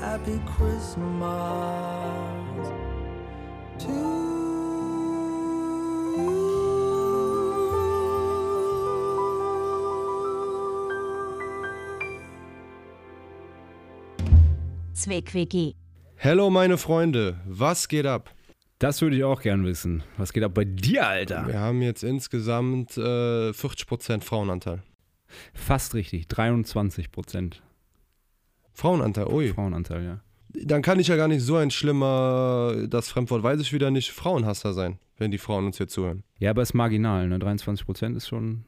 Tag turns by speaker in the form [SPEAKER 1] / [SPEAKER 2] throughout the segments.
[SPEAKER 1] happy Christmas to
[SPEAKER 2] Zweck WG.
[SPEAKER 3] Hello, meine Freunde, was geht ab?
[SPEAKER 4] Das würde ich auch gern wissen. Was geht ab bei dir, Alter?
[SPEAKER 3] Wir haben jetzt insgesamt äh, 40% Frauenanteil.
[SPEAKER 4] Fast richtig, 23 Prozent
[SPEAKER 3] Frauenanteil, ui.
[SPEAKER 4] Frauenanteil, ja.
[SPEAKER 3] Dann kann ich ja gar nicht so ein schlimmer, das Fremdwort weiß ich wieder nicht, Frauenhasser sein, wenn die Frauen uns hier zuhören.
[SPEAKER 4] Ja, aber ist marginal, ne? 23 Prozent ist schon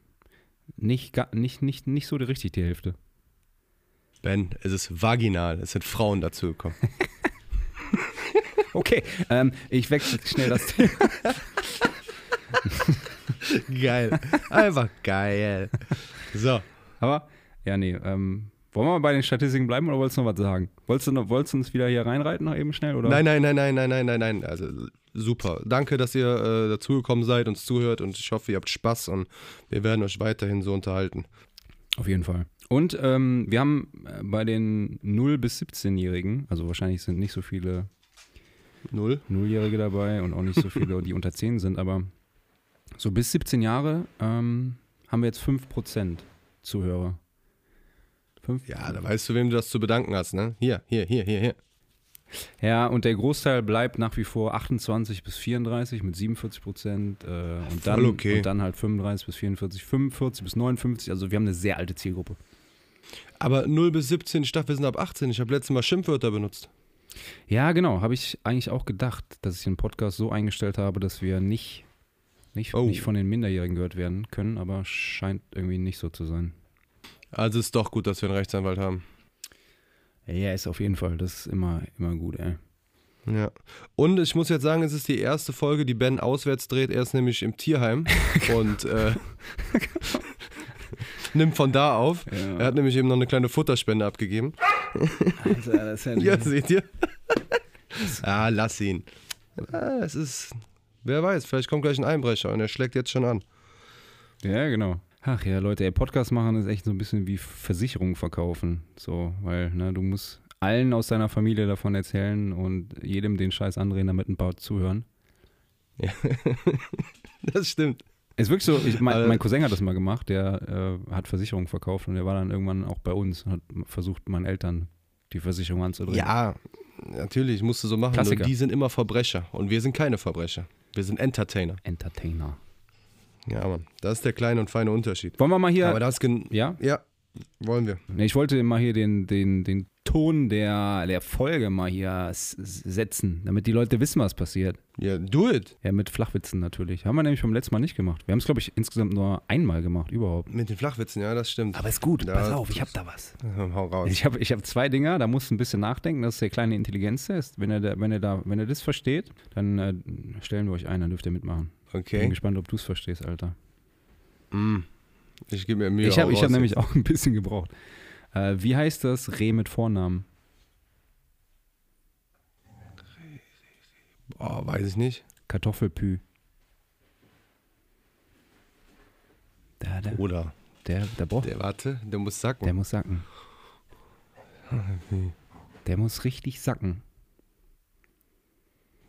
[SPEAKER 4] nicht, ga- nicht, nicht, nicht so die- richtig die Hälfte.
[SPEAKER 3] Ben, es ist vaginal, es sind Frauen dazugekommen.
[SPEAKER 4] Okay, ähm, ich wechsle schnell das Thema.
[SPEAKER 3] geil, einfach geil. So,
[SPEAKER 4] Aber, ja, nee, ähm, wollen wir mal bei den Statistiken bleiben oder wolltest du noch was sagen? Wolltest du, noch, wolltest du uns wieder hier reinreiten noch eben schnell? Oder?
[SPEAKER 3] nein, nein, nein, nein, nein, nein, nein, nein, also super. Danke, dass ihr äh, dazugekommen seid, uns zuhört und ich hoffe, ihr habt Spaß und wir werden euch weiterhin so unterhalten.
[SPEAKER 4] Auf jeden Fall. Und ähm, wir haben äh, bei den 0- bis 17-Jährigen, also wahrscheinlich sind nicht so viele
[SPEAKER 3] Null?
[SPEAKER 4] Nulljährige dabei und auch nicht so viele, die unter 10 sind, aber so bis 17 Jahre ähm, haben wir jetzt 5% Zuhörer. Fünf?
[SPEAKER 3] Ja, da weißt du, wem du das zu bedanken hast, ne? Hier, hier, hier, hier, hier.
[SPEAKER 4] ja, und der Großteil bleibt nach wie vor 28 bis 34 mit 47 Prozent äh, und, dann,
[SPEAKER 3] Voll okay.
[SPEAKER 4] und dann halt 35 bis 44, 45 bis 59. Also wir haben eine sehr alte Zielgruppe.
[SPEAKER 3] Aber 0 bis 17, ich dachte, wir sind ab 18. Ich habe letztes Mal Schimpfwörter benutzt.
[SPEAKER 4] Ja, genau, habe ich eigentlich auch gedacht, dass ich den Podcast so eingestellt habe, dass wir nicht, nicht,
[SPEAKER 3] Oh.
[SPEAKER 4] nicht von den Minderjährigen gehört werden können, aber scheint irgendwie nicht so zu sein.
[SPEAKER 3] Also ist doch gut, dass wir einen Rechtsanwalt haben.
[SPEAKER 4] Ja, ist auf jeden Fall. Das ist immer, immer gut, ey.
[SPEAKER 3] Ja. Und ich muss jetzt sagen, es ist die erste Folge, die Ben auswärts dreht. Er ist nämlich im Tierheim und äh, nimmt von da auf. Er hat nämlich eben noch eine kleine Futterspende abgegeben.
[SPEAKER 4] Alter, das ist
[SPEAKER 3] Ja, seht ihr? ah, lass ihn. Ah, es ist, wer weiß, vielleicht kommt gleich ein Einbrecher und er schlägt jetzt schon an.
[SPEAKER 4] ja, genau. Ach ja, Leute, ey, Podcast machen ist echt so ein bisschen wie Versicherung verkaufen. So, weil, ne, du musst allen aus deiner Familie davon erzählen und jedem den Scheiß andrehen, damit ein paar zuhören.
[SPEAKER 3] Das stimmt.
[SPEAKER 4] Ist wirklich so, ich, mein,
[SPEAKER 3] Aber-
[SPEAKER 4] mein Cousin hat das mal gemacht, der äh, hat Versicherung verkauft und der war dann irgendwann auch bei uns und hat versucht, meinen Eltern die Versicherung anzudrehen.
[SPEAKER 3] Ja, natürlich, musst du so machen.
[SPEAKER 4] Klassiker.
[SPEAKER 3] Nur die sind immer Verbrecher und wir sind keine Verbrecher. Wir sind Entertainer.
[SPEAKER 4] Entertainer.
[SPEAKER 3] Ja, Mann. Das ist der kleine und feine Unterschied.
[SPEAKER 4] Wollen wir mal hier.
[SPEAKER 3] Aber das gen
[SPEAKER 4] ja?
[SPEAKER 3] ja, wollen wir.
[SPEAKER 4] Nee, Ne, ich wollte mal hier den, den, den Ton der, der Folge mal hier s- s- setzen, damit die Leute wissen, was passiert.
[SPEAKER 3] Ja, do it.
[SPEAKER 4] Ja, mit Flachwitzen natürlich. Haben wir nämlich beim letzten Mal nicht gemacht. Wir haben es, glaube ich, insgesamt nur einmal gemacht, überhaupt.
[SPEAKER 3] Mit den Flachwitzen, ja, das stimmt.
[SPEAKER 4] Aber ist gut,
[SPEAKER 3] Ja,
[SPEAKER 4] pass auf, ich habe da was.
[SPEAKER 3] Hau raus.
[SPEAKER 4] Ich habe ich hab zwei Dinger, da musst du ein bisschen nachdenken, das ist der kleine Intelligenztest. Wenn er, da, wenn er, da, wenn er das versteht, dann äh, stellen wir euch ein, dann dürft ihr mitmachen. Ich bin
[SPEAKER 3] Okay.
[SPEAKER 4] gespannt, ob du es verstehst, Alter.
[SPEAKER 3] Ich gebe mir Mühe.
[SPEAKER 4] ich habe
[SPEAKER 3] hau
[SPEAKER 4] ich hab
[SPEAKER 3] raus.
[SPEAKER 4] nämlich auch ein bisschen gebraucht. Äh, wie heißt das Reh mit Vornamen?
[SPEAKER 3] Oh, weiß ich nicht.
[SPEAKER 4] Kartoffelpü. Da, da,
[SPEAKER 3] Oder.
[SPEAKER 4] der, der braucht, der,
[SPEAKER 3] Der, warte, der muss sacken.
[SPEAKER 4] muss sacken. Der muss richtig sacken.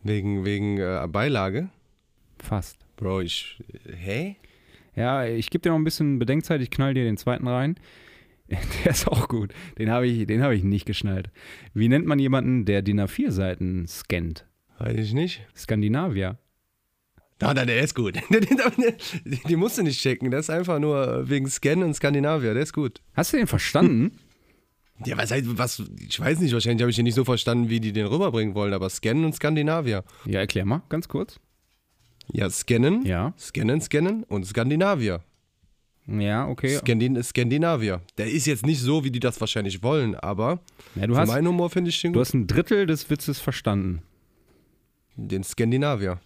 [SPEAKER 3] wegen wegen äh, Beilage.
[SPEAKER 4] Fast.
[SPEAKER 3] Bro, ich. äh, Hä?
[SPEAKER 4] Ja, ich gebe dir noch ein bisschen Bedenkzeit, ich knall dir den zweiten rein. Der ist auch gut. Den habe ich, den hab ich nicht geschnallt. Wie nennt man jemanden, der DIN A4-Seiten scannt?
[SPEAKER 3] Weiß ich nicht.
[SPEAKER 4] Skandinavier.
[SPEAKER 3] Na, na, der ist gut. Den- den- Die musst du nicht checken. Das ist einfach nur wegen Scan und Skandinavier. Der ist gut.
[SPEAKER 4] Hast du den verstanden?
[SPEAKER 3] Ja, was heißt, was, ich weiß nicht, wahrscheinlich habe ich den nicht so verstanden, wie die den rüberbringen wollen, aber scannen und Skandinavier.
[SPEAKER 4] ja, erklär mal, ganz kurz.
[SPEAKER 3] Ja, scannen,
[SPEAKER 4] Ja.
[SPEAKER 3] scannen, scannen und Skandinavier.
[SPEAKER 4] Ja, okay.
[SPEAKER 3] Skandin Skandinavier. Der ist jetzt nicht so, wie die das wahrscheinlich wollen, aber
[SPEAKER 4] Ja, du,
[SPEAKER 3] für
[SPEAKER 4] hast,
[SPEAKER 3] meinen Humor finde ich den,
[SPEAKER 4] du
[SPEAKER 3] gut.
[SPEAKER 4] hast ein Drittel des Witzes verstanden.
[SPEAKER 3] den Skandinavier.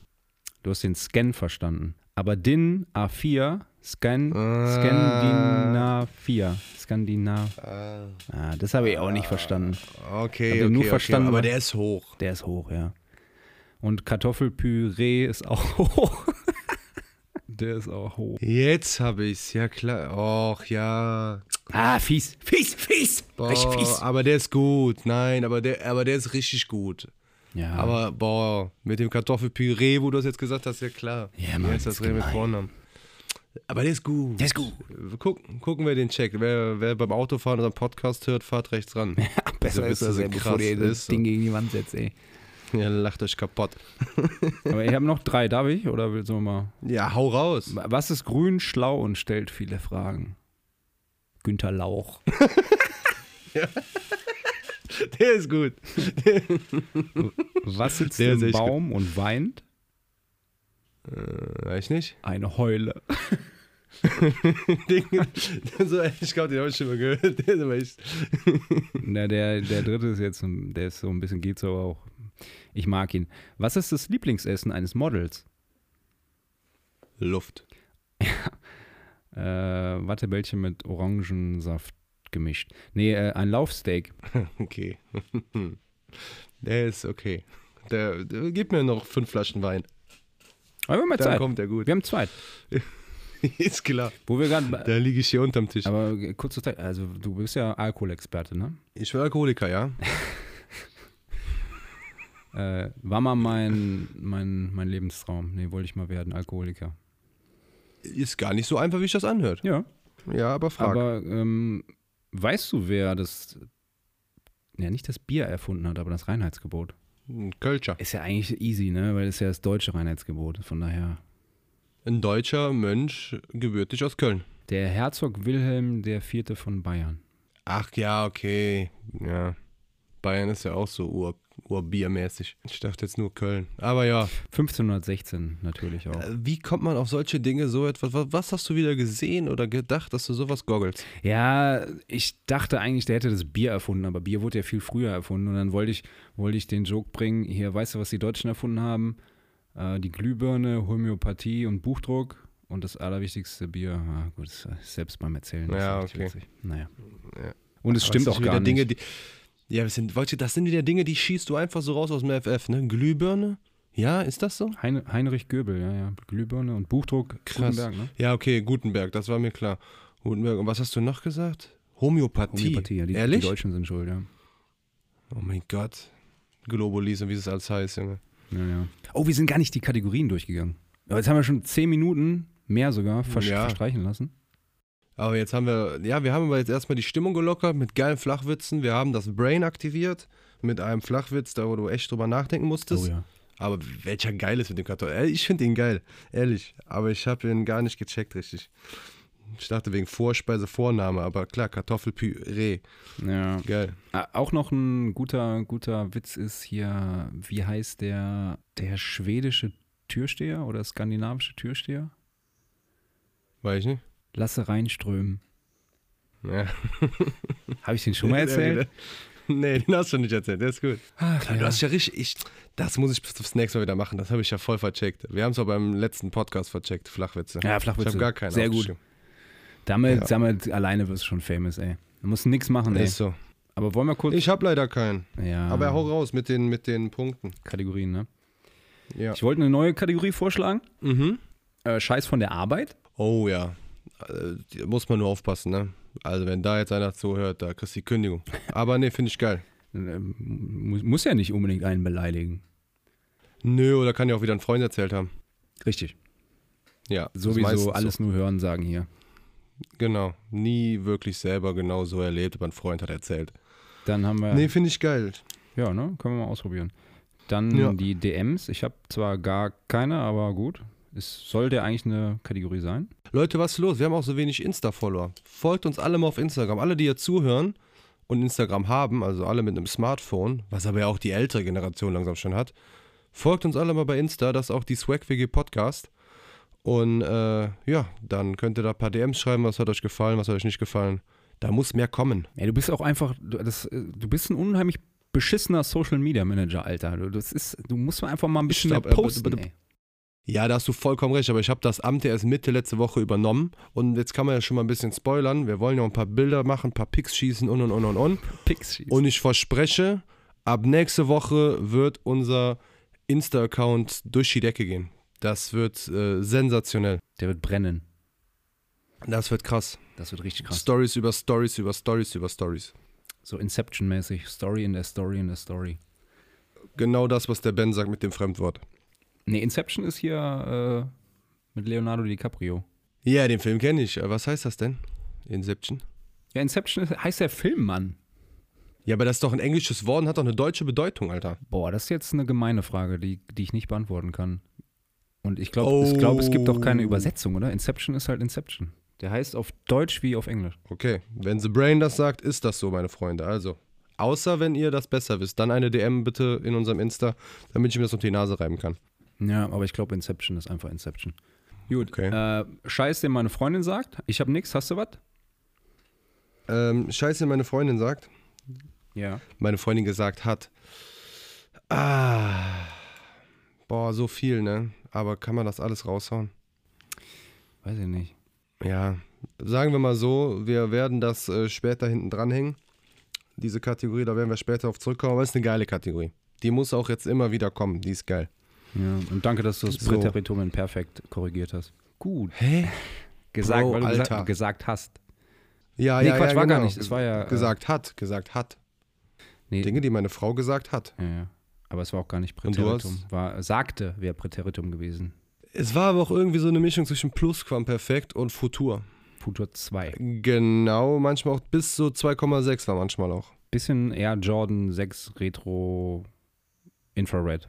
[SPEAKER 4] Du hast den Scan verstanden. Aber DIN A4, Scan,
[SPEAKER 3] Ah.
[SPEAKER 4] Skandinavia. Skandinav. Ah, das habe ich auch nicht verstanden.
[SPEAKER 3] Okay,
[SPEAKER 4] den
[SPEAKER 3] okay,
[SPEAKER 4] nur
[SPEAKER 3] okay,
[SPEAKER 4] verstanden, ne?
[SPEAKER 3] aber
[SPEAKER 4] aber-
[SPEAKER 3] der ist hoch.
[SPEAKER 4] Der ist hoch, ja. Und Kartoffelpüree ist auch hoch. der ist auch hoch.
[SPEAKER 3] Jetzt habe ich's, ja klar. Och, ja.
[SPEAKER 4] Ah, fies, fies, fies.
[SPEAKER 3] Boah,
[SPEAKER 4] Richtig fies.
[SPEAKER 3] aber der ist gut. Nein, aber der, aber der ist richtig gut.
[SPEAKER 4] Ja,
[SPEAKER 3] Aber boah, mit dem Kartoffelpüree, wo du das jetzt gesagt hast, ja klar.
[SPEAKER 4] Ja, Mann,
[SPEAKER 3] Jetzt ist das
[SPEAKER 4] ist
[SPEAKER 3] Reh mit
[SPEAKER 4] gemein.
[SPEAKER 3] Vornamen. Aber der ist gut.
[SPEAKER 4] der ist gut.
[SPEAKER 3] Gucken, gucken wir den Check. Wer, wer beim Autofahren unseren Podcast hört, fahrt rechts ran.
[SPEAKER 4] Besser
[SPEAKER 3] ist
[SPEAKER 4] ist das,
[SPEAKER 3] so
[SPEAKER 4] ey,
[SPEAKER 3] krass,
[SPEAKER 4] bevor du das
[SPEAKER 3] ist so.
[SPEAKER 4] Ding gegen die Wand setzt, ey.
[SPEAKER 3] Ihr lacht euch kaputt.
[SPEAKER 4] Aber ich habe noch drei, darf ich? Oder willst du mal?
[SPEAKER 3] Ja, hau raus.
[SPEAKER 4] Was ist grün, schlau und stellt viele Fragen? Günther Lauch.
[SPEAKER 3] Der ist gut.
[SPEAKER 4] Was sitzt
[SPEAKER 3] Der ist
[SPEAKER 4] im
[SPEAKER 3] echt gut.
[SPEAKER 4] Baum und weint?
[SPEAKER 3] Äh, weiß nicht.
[SPEAKER 4] Eine Heule.
[SPEAKER 3] Den, so, ich glaube, den habe ich schon mal gehört. Der ist aber echt.
[SPEAKER 4] Na, der, der dritte ist jetzt, der ist so ein bisschen, geht so auch. Ich mag ihn. Was ist das Lieblingsessen eines Models?
[SPEAKER 3] Luft.
[SPEAKER 4] Äh, Wattebällchen mit Orangensaft gemischt. Nee, äh, ein Laufsteak.
[SPEAKER 3] Okay. Der ist okay. Der, der, gib mir noch fünf Flaschen Wein.
[SPEAKER 4] Aber wir haben ja
[SPEAKER 3] Dann
[SPEAKER 4] Zeit.
[SPEAKER 3] kommt der gut.
[SPEAKER 4] Wir haben Zeit.
[SPEAKER 3] ist klar.
[SPEAKER 4] Wo wir gerade.
[SPEAKER 3] Da liege ich hier unterm Tisch.
[SPEAKER 4] Aber kurz zur Zeit, also du bist ja Alkoholexperte, ne?
[SPEAKER 3] Ich bin Alkoholiker, ja?
[SPEAKER 4] Äh, war mal mein, mein, mein Lebenstraum. Nee, wollte ich mal werden, Alkoholiker.
[SPEAKER 3] Ist gar nicht so einfach, wie ich das anhört.
[SPEAKER 4] Ja.
[SPEAKER 3] Ja, aber frag.
[SPEAKER 4] Aber ähm, weißt du, wer das, ja nicht das Bier erfunden hat, aber das Reinheitsgebot?
[SPEAKER 3] ein Kölscher.
[SPEAKER 4] Ist ja eigentlich easy, ne? Weil das ist ja das deutsche Reinheitsgebot. Von daher.
[SPEAKER 3] Ein deutscher Mönch, gebürtig aus Köln.
[SPEAKER 4] Der Herzog Wilhelm IV. von Bayern.
[SPEAKER 3] Ach ja, okay. Ja. Bayern ist ja auch so ur urbiermäßig. Ich dachte jetzt nur Köln. Aber ja.
[SPEAKER 4] 1516 natürlich auch.
[SPEAKER 3] Äh, Wie kommt man auf solche Dinge so etwas? wa- Was hast du wieder gesehen oder gedacht, dass du sowas goggelst?
[SPEAKER 4] Ja, ich dachte eigentlich, der hätte das Bier erfunden, aber Bier wurde ja viel früher erfunden. Und dann wollte ich, wollte ich den Joke bringen, hier, weißt du, was die Deutschen erfunden haben? Äh, die Glühbirne, Homöopathie und Buchdruck und das allerwichtigste Bier. Ah, gut, das ist selbst beim Erzählen. Das
[SPEAKER 3] Ja,
[SPEAKER 4] ist
[SPEAKER 3] okay.
[SPEAKER 4] nicht witzig. Naja.
[SPEAKER 3] Ja.
[SPEAKER 4] Und es
[SPEAKER 3] Aber
[SPEAKER 4] stimmt
[SPEAKER 3] das
[SPEAKER 4] auch
[SPEAKER 3] sind wieder
[SPEAKER 4] gar
[SPEAKER 3] Dinge,
[SPEAKER 4] nicht.
[SPEAKER 3] Die, ja, das sind, wollte- das sind wieder Dinge, die schießt du einfach so raus aus dem FF, ne? Glühbirne? Ja, ist das so?
[SPEAKER 4] Hein Heinrich Göbel, ja, ja. Glühbirne und Buchdruck.
[SPEAKER 3] Krass.
[SPEAKER 4] Gutenberg, ne?
[SPEAKER 3] Ja, okay, Gutenberg, das war mir klar. Gutenberg, und was hast du noch gesagt? Homöopathie.
[SPEAKER 4] Homöopathie, ja. Die,
[SPEAKER 3] Ehrlich?
[SPEAKER 4] die Deutschen sind schuld, ja.
[SPEAKER 3] oh mein Gott. Globulis und wie es alles heißt, Junge.
[SPEAKER 4] Ja, ja. Oh, wir sind gar nicht die Kategorien durchgegangen. Aber jetzt haben wir schon zehn Minuten mehr sogar vers
[SPEAKER 3] Ja.
[SPEAKER 4] verstreichen lassen.
[SPEAKER 3] Aber jetzt haben wir, ja, wir haben aber jetzt erstmal die Stimmung gelockert mit geilen Flachwitzen. Wir haben das Brain aktiviert mit einem Flachwitz, da wo du echt drüber nachdenken musstest.
[SPEAKER 4] oh ja.
[SPEAKER 3] Aber welcher geil ist mit dem Karton? Ey, Ich finde ihn geil, ehrlich. Aber ich habe ihn gar nicht gecheckt, richtig. Ich dachte wegen Vorspeise, Vorname, aber klar, Kartoffelpüree.
[SPEAKER 4] ja.
[SPEAKER 3] Geil.
[SPEAKER 4] Ah, Auch noch ein guter, guter Witz ist hier, wie heißt der, der schwedische Türsteher oder skandinavische Türsteher?
[SPEAKER 3] Weiß ich nicht.
[SPEAKER 4] Lasse reinströmen.
[SPEAKER 3] Ja.
[SPEAKER 4] Habe ich den schon mal erzählt?
[SPEAKER 3] genau. nee, den hast du nicht erzählt, der ist gut.
[SPEAKER 4] Ach,
[SPEAKER 3] Du
[SPEAKER 4] ja.
[SPEAKER 3] hast ja richtig, ich, das muss ich bis aufs nächste Mal wieder machen, das habe ich ja voll vercheckt. Wir haben es auch beim letzten Podcast vercheckt, Flachwitze.
[SPEAKER 4] Ja, Flachwitze.
[SPEAKER 3] Ich habe gar keinen
[SPEAKER 4] Sehr gut.
[SPEAKER 3] aufgeschrieben.
[SPEAKER 4] Damit, damit alleine wirst du schon famous, ey. Du musst nix machen, ey.
[SPEAKER 3] Ist so.
[SPEAKER 4] Aber wollen wir kurz.
[SPEAKER 3] Ich habe leider keinen.
[SPEAKER 4] ja,
[SPEAKER 3] Aber hau raus mit den, mit den Punkten.
[SPEAKER 4] Kategorien, ne?
[SPEAKER 3] Ja.
[SPEAKER 4] Ich wollte eine neue Kategorie vorschlagen.
[SPEAKER 3] Mhm.
[SPEAKER 4] Äh, Scheiß von der Arbeit.
[SPEAKER 3] Oh ja. Äh, die- Muss man nur aufpassen, ne? Also wenn da jetzt einer zuhört, da kriegst du die Kündigung. Aber nee, finde ich geil.
[SPEAKER 4] Ähm, Muss, muss ja nicht unbedingt einen beleidigen.
[SPEAKER 3] Nö, oder kann ja auch wieder ein Freund erzählt haben.
[SPEAKER 4] Richtig.
[SPEAKER 3] Ja. das ist meistens
[SPEAKER 4] Sowieso alles nur hören sagen
[SPEAKER 3] So.
[SPEAKER 4] hier.
[SPEAKER 3] Genau. Nie wirklich selber genau so erlebt, aber ein Freund hat erzählt.
[SPEAKER 4] Dann haben wir.
[SPEAKER 3] Nee, finde ich geil.
[SPEAKER 4] Ja, ne? Können wir mal ausprobieren. Dann
[SPEAKER 3] Ja.
[SPEAKER 4] die DMs. Ich habe zwar gar keine, aber gut. Es soll der eigentlich eine Kategorie sein.
[SPEAKER 3] Leute, was ist los? Wir haben auch so wenig Insta-Follower. Folgt uns alle mal auf Instagram. Alle, die hier zuhören und Instagram haben, also alle mit einem Smartphone, was aber ja auch die ältere Generation langsam schon hat, folgt uns alle mal bei Insta, das ist auch die SwagWG Podcast. Und äh, ja, dann könnt ihr da ein paar DMs schreiben, was hat euch gefallen, was hat euch nicht gefallen. Da muss mehr kommen.
[SPEAKER 4] Ey, du bist auch einfach, du, das, äh, du bist ein unheimlich beschissener Social Media Manager, Alter. Du, das ist, du musst mal einfach mal ein bisschen
[SPEAKER 3] Stopp,
[SPEAKER 4] mehr
[SPEAKER 3] äh, bitte,
[SPEAKER 4] posten.
[SPEAKER 3] bitte,
[SPEAKER 4] ey.
[SPEAKER 3] Ja, da hast du vollkommen recht, aber ich habe das Amt ja erst Mitte letzte Woche übernommen und jetzt kann man ja schon mal ein bisschen spoilern. Wir wollen ja auch ein paar Bilder machen, ein paar Pics schießen und und und und und.
[SPEAKER 4] Pics schießen.
[SPEAKER 3] Und ich verspreche, ab nächste Woche wird unser Insta-Account durch die Decke gehen. Das wird äh, sensationell.
[SPEAKER 4] Der wird brennen.
[SPEAKER 3] Das wird krass.
[SPEAKER 4] Das wird richtig
[SPEAKER 3] Stories
[SPEAKER 4] krass.
[SPEAKER 3] Stories über Stories über Stories über Stories.
[SPEAKER 4] So Inception-mäßig. Story in der Story in der Story.
[SPEAKER 3] Genau das, was der Ben sagt mit dem Fremdwort.
[SPEAKER 4] Nee, Inception ist hier äh, mit Leonardo DiCaprio.
[SPEAKER 3] Ja, den Film kenne ich. Äh, Was heißt das denn? Inception?
[SPEAKER 4] Ja, Inception ist, heißt der Film, Mann.
[SPEAKER 3] Ja, aber das ist doch ein englisches Wort und hat doch eine deutsche Bedeutung, Alter.
[SPEAKER 4] Boah, das ist jetzt eine gemeine Frage, die, die ich nicht beantworten kann. Und ich glaube,
[SPEAKER 3] Oh.
[SPEAKER 4] ich glaub, es gibt auch keine Übersetzung, oder? Inception ist halt Inception. Der heißt auf Deutsch wie auf Englisch.
[SPEAKER 3] Okay, wenn The Brain das sagt, ist das so, meine Freunde. Also, außer wenn ihr das besser wisst, dann eine DM bitte in unserem Insta, damit ich mir das unter die Nase reiben kann.
[SPEAKER 4] Ja, aber ich glaube, Inception ist einfach Inception. Gut.
[SPEAKER 3] Okay.
[SPEAKER 4] Äh, Scheiß, den meine Freundin sagt. Ich habe nichts. Hast du was?
[SPEAKER 3] Ähm, Scheiße, meine Freundin sagt.
[SPEAKER 4] Ja.
[SPEAKER 3] Meine Freundin gesagt hat. Ah. Boah, so viel, ne? Aber kann man das alles raushauen?
[SPEAKER 4] Weiß ich nicht.
[SPEAKER 3] Ja, sagen wir mal so, wir werden das äh, später hinten dranhängen. Diese Kategorie, da werden wir später auf zurückkommen, aber ist eine geile Kategorie. Die muss auch jetzt immer wieder kommen, die ist geil.
[SPEAKER 4] Ja. Und danke, dass du das
[SPEAKER 3] So.
[SPEAKER 4] Präteritum in perfekt korrigiert hast. Gut.
[SPEAKER 3] Hä?
[SPEAKER 4] Gesagt,
[SPEAKER 3] Bro,
[SPEAKER 4] weil du
[SPEAKER 3] Alter.
[SPEAKER 4] gesagt, gesagt hast.
[SPEAKER 3] Ja,
[SPEAKER 4] Nee,
[SPEAKER 3] ja,
[SPEAKER 4] Quatsch,
[SPEAKER 3] ja,
[SPEAKER 4] war
[SPEAKER 3] genau.
[SPEAKER 4] gar nicht. Es war ja, äh,
[SPEAKER 3] gesagt hat, gesagt hat.
[SPEAKER 4] Nee.
[SPEAKER 3] Dinge, die meine Frau gesagt hat.
[SPEAKER 4] Ja, ja. Aber es war auch gar nicht
[SPEAKER 3] Und du hast-
[SPEAKER 4] Präteritum. War, sagte, wäre Präteritum gewesen.
[SPEAKER 3] Es war aber auch irgendwie so eine Mischung zwischen Plusquamperfekt und Futur.
[SPEAKER 4] Futur 2.
[SPEAKER 3] Genau, manchmal auch bis so 2,6 war manchmal auch.
[SPEAKER 4] Bisschen eher Jordan 6 Retro Infrared.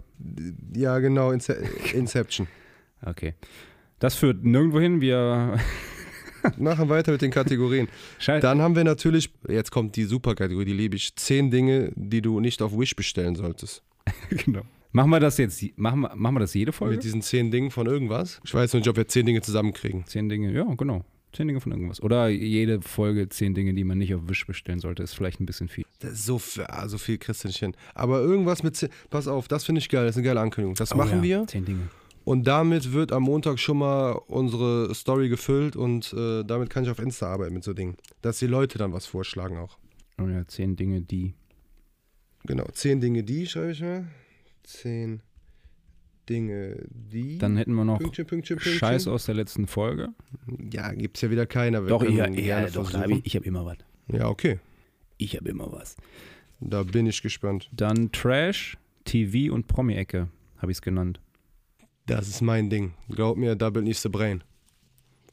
[SPEAKER 3] Ja, genau, Ince Inception.
[SPEAKER 4] Okay. Das führt nirgendwo hin. Wir.
[SPEAKER 3] Machen weiter mit den Kategorien.
[SPEAKER 4] Scheiße.
[SPEAKER 3] Dann haben wir natürlich, jetzt kommt die Superkategorie, die liebe ich. Zehn Dinge, die du nicht auf Wish bestellen solltest.
[SPEAKER 4] genau. Machen wir das jetzt. Machen wir, machen wir das jede Folge?
[SPEAKER 3] Mit diesen zehn Dingen von irgendwas. Ich weiß noch nicht, ob wir zehn Dinge zusammenkriegen.
[SPEAKER 4] Zehn Dinge, ja, genau. Zehn Dinge von irgendwas. Oder jede Folge zehn Dinge, die man nicht auf Wish bestellen sollte, ist vielleicht ein bisschen viel.
[SPEAKER 3] Das ist so, viel- ah, so viel kriegst du nicht hin. Aber irgendwas mit zehn, pass auf, das finde ich geil, das ist eine geile Ankündigung. Das machen
[SPEAKER 4] Oh ja,
[SPEAKER 3] wir
[SPEAKER 4] Zehn Dinge.
[SPEAKER 3] und damit wird am Montag schon mal unsere Story gefüllt und äh, damit kann ich auf Insta arbeiten mit so Dingen. Dass die Leute dann was vorschlagen auch.
[SPEAKER 4] Oh ja, zehn Dinge, die.
[SPEAKER 3] Genau, zehn Dinge, die schreibe ich mal. Zehn Dinge, die.
[SPEAKER 4] Dann hätten wir noch
[SPEAKER 3] Pünktchen, Pünktchen, Pünktchen.
[SPEAKER 4] Scheiß aus der letzten Folge.
[SPEAKER 3] Ja, gibt's ja wieder keiner. Wir können gerne
[SPEAKER 4] da hab
[SPEAKER 3] versuchen.
[SPEAKER 4] ich habe immer was.
[SPEAKER 3] Ja, okay.
[SPEAKER 4] Ich habe immer was.
[SPEAKER 3] Da bin ich gespannt.
[SPEAKER 4] Dann Trash, TV und Promi-Ecke, habe ich es genannt.
[SPEAKER 3] Das ist mein Ding. Glaub mir, double nicht the brain.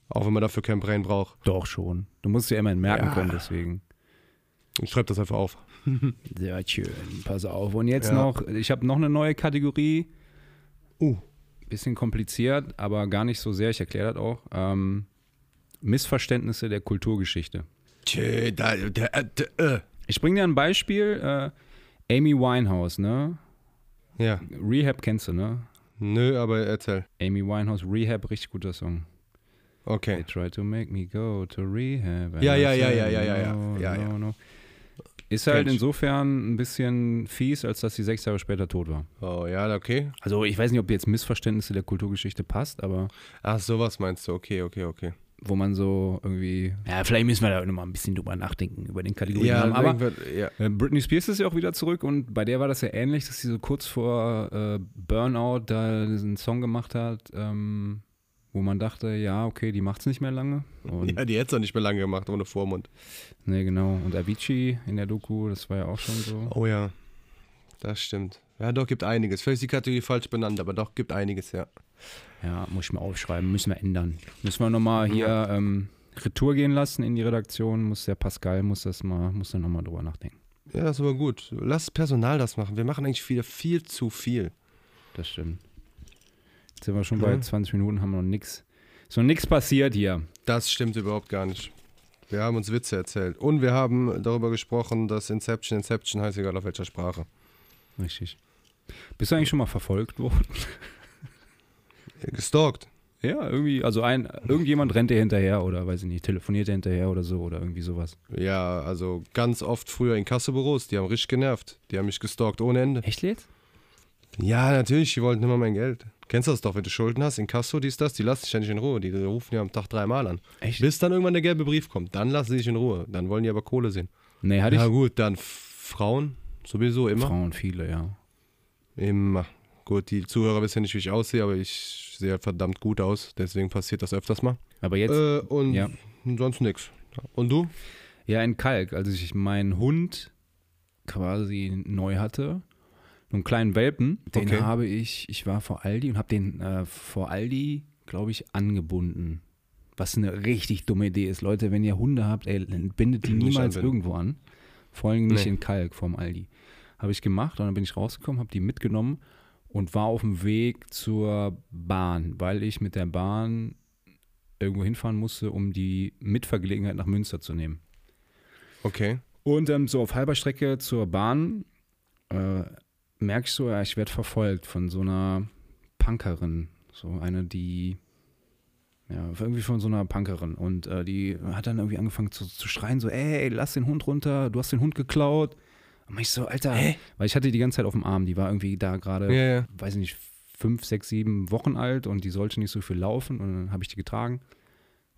[SPEAKER 3] Auch wenn man dafür kein Brain braucht.
[SPEAKER 4] Doch schon. Du musst es ja immerhin merken
[SPEAKER 3] Ja.
[SPEAKER 4] können, deswegen.
[SPEAKER 3] Ich schreib das einfach auf.
[SPEAKER 4] Sehr schön. Pass auf. Und jetzt
[SPEAKER 3] Ja.
[SPEAKER 4] noch, ich habe noch eine neue Kategorie.
[SPEAKER 3] Uh.
[SPEAKER 4] Bisschen kompliziert, aber gar nicht so sehr. Ich erkläre das auch. Ähm, Missverständnisse der Kulturgeschichte.
[SPEAKER 3] Tschö, da, da, da, äh.
[SPEAKER 4] Ich bringe dir ein Beispiel. Äh, Amy Winehouse, ne?
[SPEAKER 3] Ja,
[SPEAKER 4] Rehab kennst du, ne?
[SPEAKER 3] nö, aber erzähl.
[SPEAKER 4] Amy Winehouse, Rehab, richtig guter Song. They
[SPEAKER 3] Okay.
[SPEAKER 4] try to make me go to rehab. and
[SPEAKER 3] Ja,
[SPEAKER 4] I
[SPEAKER 3] ja, ja,
[SPEAKER 4] said
[SPEAKER 3] ja, ja, ja, ja.
[SPEAKER 4] no,
[SPEAKER 3] Ja, ja.
[SPEAKER 4] no, no. Ist halt
[SPEAKER 3] Mensch.
[SPEAKER 4] insofern ein bisschen fies, als dass sie sechs Jahre später tot war.
[SPEAKER 3] Oh ja, okay.
[SPEAKER 4] Also ich weiß nicht, ob jetzt Missverständnisse der Kulturgeschichte passt, aber
[SPEAKER 3] Ach, sowas meinst du. Okay, okay, okay.
[SPEAKER 4] wo man so irgendwie. Ja, vielleicht müssen wir da nochmal ein bisschen drüber nachdenken, über den
[SPEAKER 3] Ja,
[SPEAKER 4] Kategorienamen. aber
[SPEAKER 3] aber ja.
[SPEAKER 4] äh, Britney Spears ist ja auch wieder zurück und bei der war das ja ähnlich, dass sie so kurz vor äh, Burnout da diesen Song gemacht hat, ähm, wo man dachte, ja, okay, die macht's nicht mehr lange. Und
[SPEAKER 3] ja, die hätt's doch nicht mehr lange gemacht ohne Vormund.
[SPEAKER 4] Ne, genau. Und Avicii in der Doku, das war ja auch schon so.
[SPEAKER 3] Oh ja. Das stimmt. Ja, doch, gibt einiges. Vielleicht ist die Kategorie falsch benannt, aber doch, gibt einiges, ja.
[SPEAKER 4] Ja, muss ich mal aufschreiben, müssen wir ändern. Müssen wir nochmal hier ähm, Retour gehen lassen in die Redaktion, muss der Pascal, muss das mal, muss da nochmal drüber nachdenken.
[SPEAKER 3] Ja, das ist aber gut. Lass das Personal das machen. Wir machen eigentlich wieder viel zu viel.
[SPEAKER 4] Das stimmt. Jetzt sind wir schon bei 20 Minuten, haben wir noch nix. Ist noch nix passiert hier.
[SPEAKER 3] Das stimmt überhaupt gar nicht. Wir haben uns Witze erzählt. Und wir haben darüber gesprochen, dass Inception Inception heißt, egal auf welcher Sprache.
[SPEAKER 4] Richtig. Bist du eigentlich schon mal verfolgt worden?
[SPEAKER 3] Gestalkt.
[SPEAKER 4] Ja, irgendwie, also ein, irgendjemand rennt dir hinterher oder weiß ich nicht, telefoniert dir hinterher oder so oder irgendwie sowas.
[SPEAKER 3] Ja, also ganz oft früher in Kassebüros. Die haben richtig genervt. Die haben mich gestalkt ohne Ende.
[SPEAKER 4] Echt jetzt?
[SPEAKER 3] Ja, natürlich. Die wollten immer mein Geld. Kennst du das doch, wenn du Schulden hast? In Kasso, dies, das. Die lassen dich ja nicht in Ruhe. Die rufen ja am Tag dreimal an.
[SPEAKER 4] Echt?
[SPEAKER 3] Bis dann irgendwann der gelbe Brief kommt. Dann lassen sie dich in Ruhe. Dann wollen die aber Kohle sehen.
[SPEAKER 4] Nee, hatte ich.
[SPEAKER 3] Ja, gut. Dann F- Frauen. Sowieso immer.
[SPEAKER 4] Frauen, viele, ja.
[SPEAKER 3] Immer. Gut, die Zuhörer wissen ja nicht, wie ich aussehe, aber ich sehe verdammt gut aus. Deswegen passiert das öfters mal.
[SPEAKER 4] Aber jetzt,
[SPEAKER 3] Äh, und
[SPEAKER 4] ja.
[SPEAKER 3] sonst nix. Und du?
[SPEAKER 4] ja, in Kalk, als ich meinen Hund quasi neu hatte, einen kleinen Welpen, den
[SPEAKER 3] Okay.
[SPEAKER 4] habe ich, ich war vor Aldi und habe den äh, vor Aldi, glaube ich, angebunden. Was eine richtig dumme Idee ist. Leute, wenn ihr Hunde habt, ey, bindet die
[SPEAKER 3] Nicht
[SPEAKER 4] niemals
[SPEAKER 3] anbinden.
[SPEAKER 4] irgendwo an. Vor allem nicht
[SPEAKER 3] Nee.
[SPEAKER 4] in Kalk vom Aldi. Habe ich gemacht und dann bin ich rausgekommen, habe die mitgenommen und war auf dem Weg zur Bahn, weil ich mit der Bahn irgendwo hinfahren musste, um die Mitvergelegenheit nach Münster zu nehmen.
[SPEAKER 3] Okay.
[SPEAKER 4] Und ähm, so auf halber Strecke zur Bahn äh, merkst du, ja, ich werde verfolgt von so einer Punkerin. So eine, die. Ja, irgendwie von so einer Punkerin. Und äh, die hat dann irgendwie angefangen zu, zu schreien: so, ey, lass den Hund runter, du hast den Hund geklaut. Und ich so, Alter. Weil ich hatte die die ganze Zeit auf dem Arm. Die war irgendwie da gerade,
[SPEAKER 3] Ja, ja.
[SPEAKER 4] weiß ich nicht, fünf, sechs, sieben Wochen alt und die sollte nicht so viel laufen. Und dann habe ich die getragen.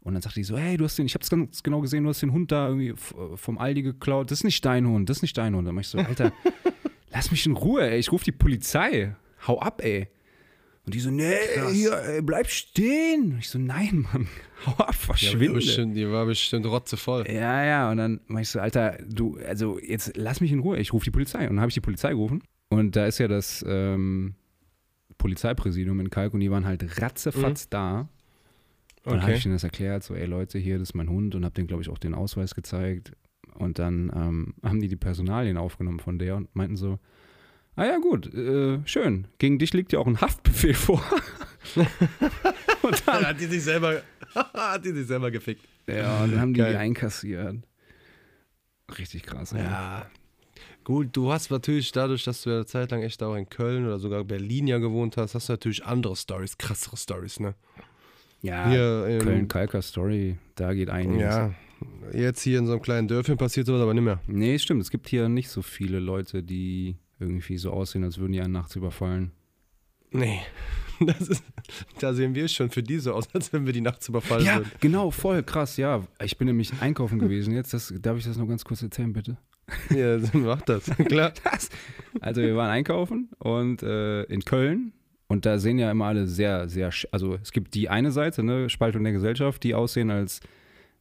[SPEAKER 4] Und dann sagte die so, hey, du hast den, ich hab's ganz genau gesehen, du hast den Hund da irgendwie f- vom Aldi geklaut. Das ist nicht dein Hund, das ist nicht dein Hund. Dann mach ich so, Alter, lass mich in Ruhe, ey, ich rufe die Polizei. Hau ab, ey. Und die so, nee, hier, ey, bleib stehen. Und ich so, nein, Mann, hau ab,
[SPEAKER 3] Ja,
[SPEAKER 4] verschwinde.
[SPEAKER 3] die, war bestimmt, die war bestimmt rotzevoll.
[SPEAKER 4] Ja, ja, und dann mach ich so, Alter, du, also jetzt lass mich in Ruhe, ich rufe die Polizei. Und dann habe ich die Polizei gerufen. Und da ist ja das ähm, Polizeipräsidium in Kalk und die waren halt ratzefatz da. Und dann
[SPEAKER 3] Mhm.
[SPEAKER 4] habe ich
[SPEAKER 3] Okay.
[SPEAKER 4] denen das erklärt, so, ey Leute, hier, das ist mein Hund und habe denen, glaube ich, auch den Ausweis gezeigt. Und dann ähm, haben die die Personalien aufgenommen von der und meinten so, ah ja gut, äh, schön, gegen dich liegt ja auch ein Haftbefehl vor. und dann
[SPEAKER 3] hat die sich selber, hat die sich selber gefickt.
[SPEAKER 4] ja, und dann haben die
[SPEAKER 3] Geil.
[SPEAKER 4] die einkassiert. Richtig krass. ey.
[SPEAKER 3] Ja. Gut, du hast natürlich dadurch, dass du ja eine Zeit lang echt auch in Köln oder sogar Berlin ja gewohnt hast, hast du natürlich andere Stories, krassere Stories, ne?
[SPEAKER 4] ja
[SPEAKER 3] Hier in-
[SPEAKER 4] Köln-Kalker Story, da geht einiges.
[SPEAKER 3] Ja. Jetzt hier in so einem kleinen Dörfchen passiert sowas aber nicht mehr.
[SPEAKER 4] Nee, stimmt, es gibt hier nicht so viele Leute, die irgendwie so aussehen, als würden die einen nachts überfallen.
[SPEAKER 3] Nee. Das ist, da sehen wir schon für die so aus, als wenn wir die nachts überfallen
[SPEAKER 4] ja,
[SPEAKER 3] würden.
[SPEAKER 4] genau, voll krass, ja. Ich bin nämlich einkaufen gewesen jetzt. Das, darf ich das noch ganz kurz erzählen, bitte?
[SPEAKER 3] Ja, dann mach das. Klar.
[SPEAKER 4] Das. Also wir waren einkaufen und äh, in Köln und da sehen ja immer alle sehr, sehr, sch- also es gibt die eine Seite, ne, Spaltung der Gesellschaft, die aussehen, als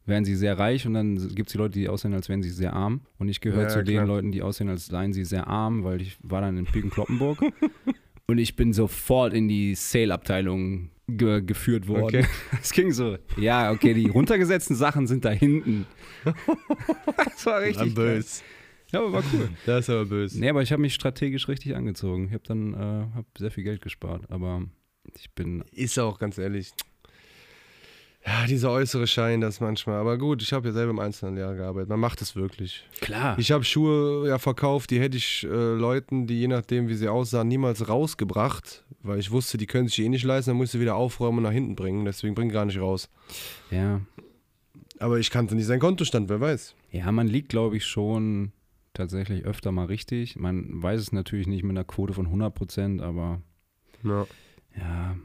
[SPEAKER 4] wären sie sehr reich und dann gibt es die Leute, die aussehen, als wären sie sehr arm. Und ich gehöre
[SPEAKER 3] Ja, klar.
[SPEAKER 4] zu den Leuten, die aussehen, als seien sie sehr arm, weil ich war dann in Püken-Kloppenburg und ich bin sofort in die Sale-Abteilung ge geführt worden.
[SPEAKER 3] Okay.
[SPEAKER 4] Es ging so, ja, okay, die runtergesetzten Sachen sind da hinten. Das war richtig. geil.
[SPEAKER 3] böse.
[SPEAKER 4] Ja, aber war cool.
[SPEAKER 3] Das ist aber böse.
[SPEAKER 4] Nee, aber ich habe mich strategisch richtig angezogen. Ich habe dann äh, hab sehr viel Geld gespart, aber ich bin.
[SPEAKER 3] Ist auch ganz ehrlich. Ja, dieser äußere Schein, das manchmal. Aber gut, ich habe ja selber im Einzelhandel gearbeitet. Man macht es wirklich.
[SPEAKER 4] Klar.
[SPEAKER 3] Ich habe Schuhe ja verkauft, die hätte ich äh, Leuten, die je nachdem, wie sie aussahen, niemals rausgebracht, weil ich wusste, die können sich die eh nicht leisten, dann muss ich sie wieder aufräumen und nach hinten bringen. Deswegen bring gar nicht raus.
[SPEAKER 4] Ja.
[SPEAKER 3] Aber ich kannte nicht seinen Kontostand, wer weiß.
[SPEAKER 4] ja, man liegt, glaube ich, schon tatsächlich öfter mal richtig. Man weiß es natürlich nicht mit einer Quote von 100 Prozent, aber
[SPEAKER 3] Ja.
[SPEAKER 4] ja.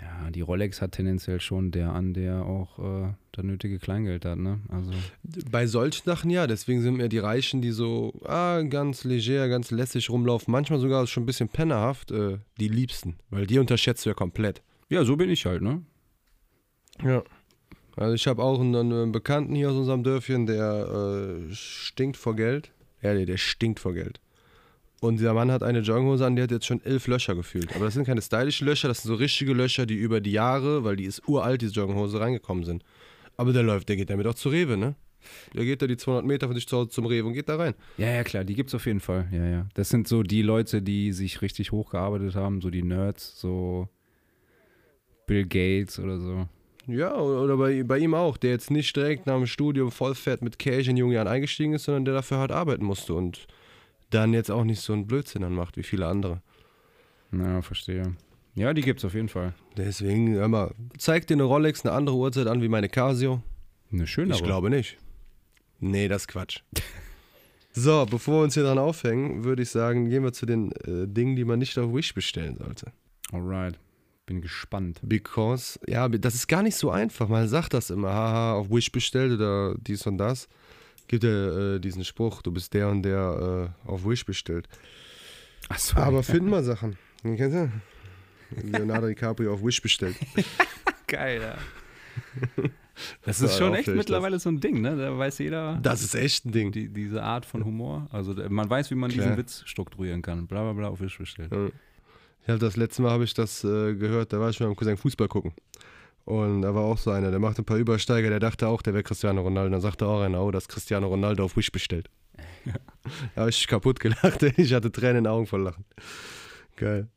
[SPEAKER 4] Ja, die Rolex hat tendenziell schon der an, der auch äh, das nötige Kleingeld hat, ne? Also.
[SPEAKER 3] Bei solchen Sachen ja, deswegen sind mir die Reichen, die so ah, ganz leger, ganz lässig rumlaufen, manchmal sogar schon ein bisschen pennerhaft, äh, die liebsten, weil die unterschätzt du ja komplett.
[SPEAKER 4] Ja, so bin ich halt, ne?
[SPEAKER 3] Ja. Also ich habe auch einen, einen Bekannten hier aus unserem Dörfchen, der äh, stinkt vor Geld. Ehrlich, der stinkt vor Geld. Und dieser Mann hat eine Jogginghose an, die hat jetzt schon elf Löcher gefühlt. Aber das sind keine stylischen Löcher, das sind so richtige Löcher, die über die Jahre, weil die ist uralt, diese Jogginghose, reingekommen sind. Aber der läuft, der geht damit auch zu Rewe, ne? Der geht da die 200 Meter von sich zu Hause zum Rewe und geht da rein.
[SPEAKER 4] Ja, ja, klar, die gibt's auf jeden Fall. Ja, ja. Das sind so die Leute, die sich richtig hochgearbeitet haben, so die Nerds, so Bill Gates oder so.
[SPEAKER 3] Ja, oder oder bei, bei ihm auch, der jetzt nicht direkt nach dem Studium vollfett mit Cash in jungen Jahren eingestiegen ist, sondern der dafür hart arbeiten musste und dann jetzt auch nicht so einen Blödsinn dann macht wie viele andere.
[SPEAKER 4] Na, verstehe. Ja, die gibt's auf jeden Fall.
[SPEAKER 3] Deswegen, hör mal, zeigt dir eine Rolex eine andere Uhrzeit an wie meine Casio?
[SPEAKER 4] Eine schöne
[SPEAKER 3] Ich glaube nicht. Nee, das ist Quatsch. so, bevor wir uns hier dran aufhängen, würde ich sagen, gehen wir zu den äh, Dingen, die man nicht auf Wish bestellen sollte.
[SPEAKER 4] Alright. Bin gespannt.
[SPEAKER 3] Because, ja, das ist gar nicht so einfach. Man sagt das immer, haha, auf Wish bestellt oder dies und das. Gibt ja äh, diesen Spruch, du bist der und der äh, auf Wish bestellt.
[SPEAKER 4] Achso.
[SPEAKER 3] Aber finden wir Sachen. Den kennst du? Leonardo DiCaprio auf Wish bestellt.
[SPEAKER 4] Geil, ja. Das ist
[SPEAKER 3] Ja,
[SPEAKER 4] schon
[SPEAKER 3] ja,
[SPEAKER 4] echt
[SPEAKER 3] vielleicht
[SPEAKER 4] mittlerweile so ein Ding, ne? Da weiß jeder
[SPEAKER 3] Das ist echt ein Ding.
[SPEAKER 4] die, diese Art von Humor. Also da- man weiß, wie man
[SPEAKER 3] Klar.
[SPEAKER 4] diesen Witz strukturieren kann. Bla bla bla auf Wisch bestellt.
[SPEAKER 3] Ja. Ich hab das letzte Mal habe ich das äh, gehört, da war ich mit meinem Cousin Fußball gucken. Und da war auch so einer, der macht ein paar Übersteiger, der dachte auch, der wäre Cristiano Ronaldo. Dann sagte auch einer, oh, das ist Cristiano Ronaldo auf Wish bestellt. da habe ich kaputt gelacht, ey. ich hatte Tränen in den Augen vor Lachen. Geil.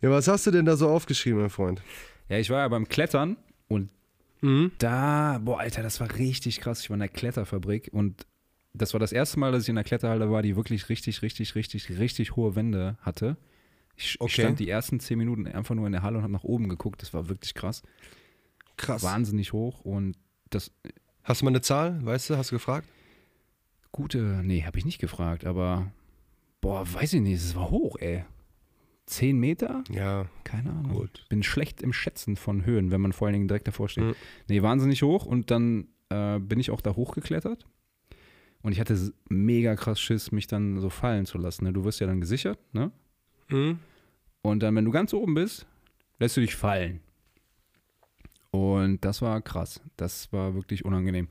[SPEAKER 3] Ja, was hast du denn da so aufgeschrieben, mein Freund?
[SPEAKER 4] Ja, ich war ja beim Klettern und
[SPEAKER 3] Mhm.
[SPEAKER 4] da, boah, Alter, das war richtig krass. Ich war in der Kletterfabrik und das war das erste Mal, dass ich in der Kletterhalle war, die wirklich richtig, richtig, richtig, richtig hohe Wände hatte. Ich, ich
[SPEAKER 3] Okay.
[SPEAKER 4] stand die ersten zehn Minuten einfach nur in der Halle und habe nach oben geguckt. Das war wirklich krass.
[SPEAKER 3] Krass.
[SPEAKER 4] Wahnsinnig hoch und das
[SPEAKER 3] Hast du mal eine Zahl? Weißt du, hast du gefragt?
[SPEAKER 4] gute, nee, habe ich nicht gefragt, aber boah, weiß ich nicht, es war hoch, ey. Zehn Meter?
[SPEAKER 3] Ja,
[SPEAKER 4] Keine Ahnung.
[SPEAKER 3] Gut.
[SPEAKER 4] Bin schlecht im Schätzen von Höhen, wenn man vor allen Dingen direkt davor steht.
[SPEAKER 3] Mhm.
[SPEAKER 4] Nee, wahnsinnig hoch und dann äh, bin ich auch da hochgeklettert und ich hatte s- mega krass Schiss, mich dann so fallen zu lassen. Ne? Du wirst ja dann gesichert, ne?
[SPEAKER 3] Mhm.
[SPEAKER 4] Und dann, wenn du ganz oben bist, lässt du dich fallen. Und das war krass. Das war wirklich unangenehm.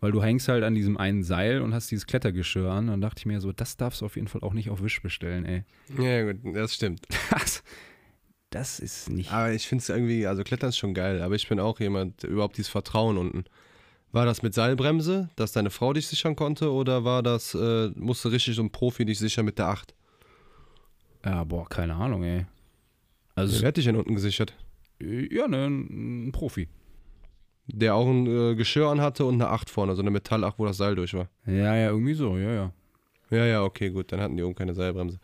[SPEAKER 4] Weil du hängst halt an diesem einen Seil und hast dieses Klettergeschirr an. Dann dachte ich mir so, das darfst du auf jeden Fall auch nicht auf Wisch bestellen, ey.
[SPEAKER 3] Ja, gut, das stimmt.
[SPEAKER 4] Das, das ist nicht.
[SPEAKER 3] Aber ich finde es irgendwie, also Klettern ist schon geil, aber ich bin auch jemand, überhaupt dieses Vertrauen unten. War das mit Seilbremse, dass deine Frau dich sichern konnte oder war das, äh, musste richtig so ein Profi dich sichern mit der Acht?
[SPEAKER 4] Ja, boah, keine Ahnung, ey. Also,
[SPEAKER 3] Wer hat dich denn unten gesichert?
[SPEAKER 4] ja, ne, ein ein Profi.
[SPEAKER 3] Der auch ein äh, Geschirr anhatte und eine Acht vorne, so eine Metallacht, wo das Seil durch war.
[SPEAKER 4] Ja, ja, irgendwie so, ja, ja.
[SPEAKER 3] Ja, ja, okay, gut, dann hatten die oben keine Seilbremse.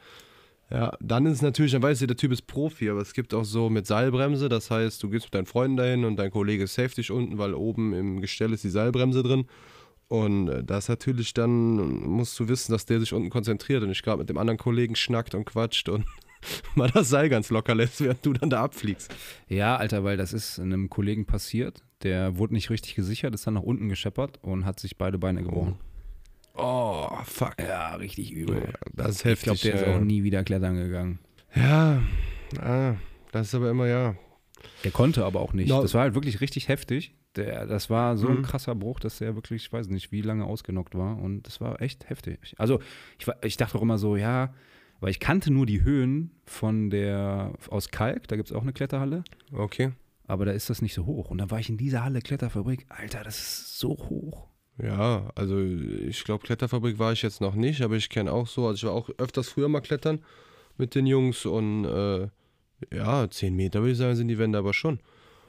[SPEAKER 3] Ja, dann ist es natürlich, dann weißt du, der Typ ist Profi, aber es gibt auch so mit Seilbremse, das heißt, du gehst mit deinen Freunden dahin und dein Kollege safe dich unten, weil oben im Gestell ist die Seilbremse drin. Und äh, das natürlich dann, musst du wissen, dass der sich unten konzentriert und nicht gerade mit dem anderen Kollegen schnackt und quatscht und mal das Seil ganz locker lässt, während du dann da abfliegst.
[SPEAKER 4] Ja, Alter, weil das ist einem Kollegen passiert. Der wurde nicht richtig gesichert, ist dann nach unten gescheppert und hat sich beide Beine gebrochen.
[SPEAKER 3] Oh, fuck.
[SPEAKER 4] Ja, richtig übel.
[SPEAKER 3] Das ist
[SPEAKER 4] Ich glaube,
[SPEAKER 3] heftig.
[SPEAKER 4] der ist
[SPEAKER 3] ja.
[SPEAKER 4] auch nie wieder klettern gegangen.
[SPEAKER 3] ja, ah, das ist aber immer, ja,
[SPEAKER 4] Der konnte aber auch nicht.
[SPEAKER 3] Na-
[SPEAKER 4] Das war halt wirklich richtig heftig. Der, das war so ein
[SPEAKER 3] Mhm.
[SPEAKER 4] krasser Bruch, dass er wirklich, ich weiß nicht, wie lange ausgenockt war. Und das war echt heftig. Also ich, war- ich dachte auch immer so, ja, weil ich kannte nur die Höhen von der, aus Kalk, da gibt es auch eine Kletterhalle,
[SPEAKER 3] okay.
[SPEAKER 4] aber da ist das nicht so hoch. Und dann war ich in dieser Halle Kletterfabrik. Alter, das ist so hoch.
[SPEAKER 3] Ja, also ich glaube, Kletterfabrik war ich jetzt noch nicht, aber ich kenne auch so, also ich war auch öfters früher mal klettern mit den Jungs und äh, ja, 10 Meter würde ich sagen, sind die Wände aber schon.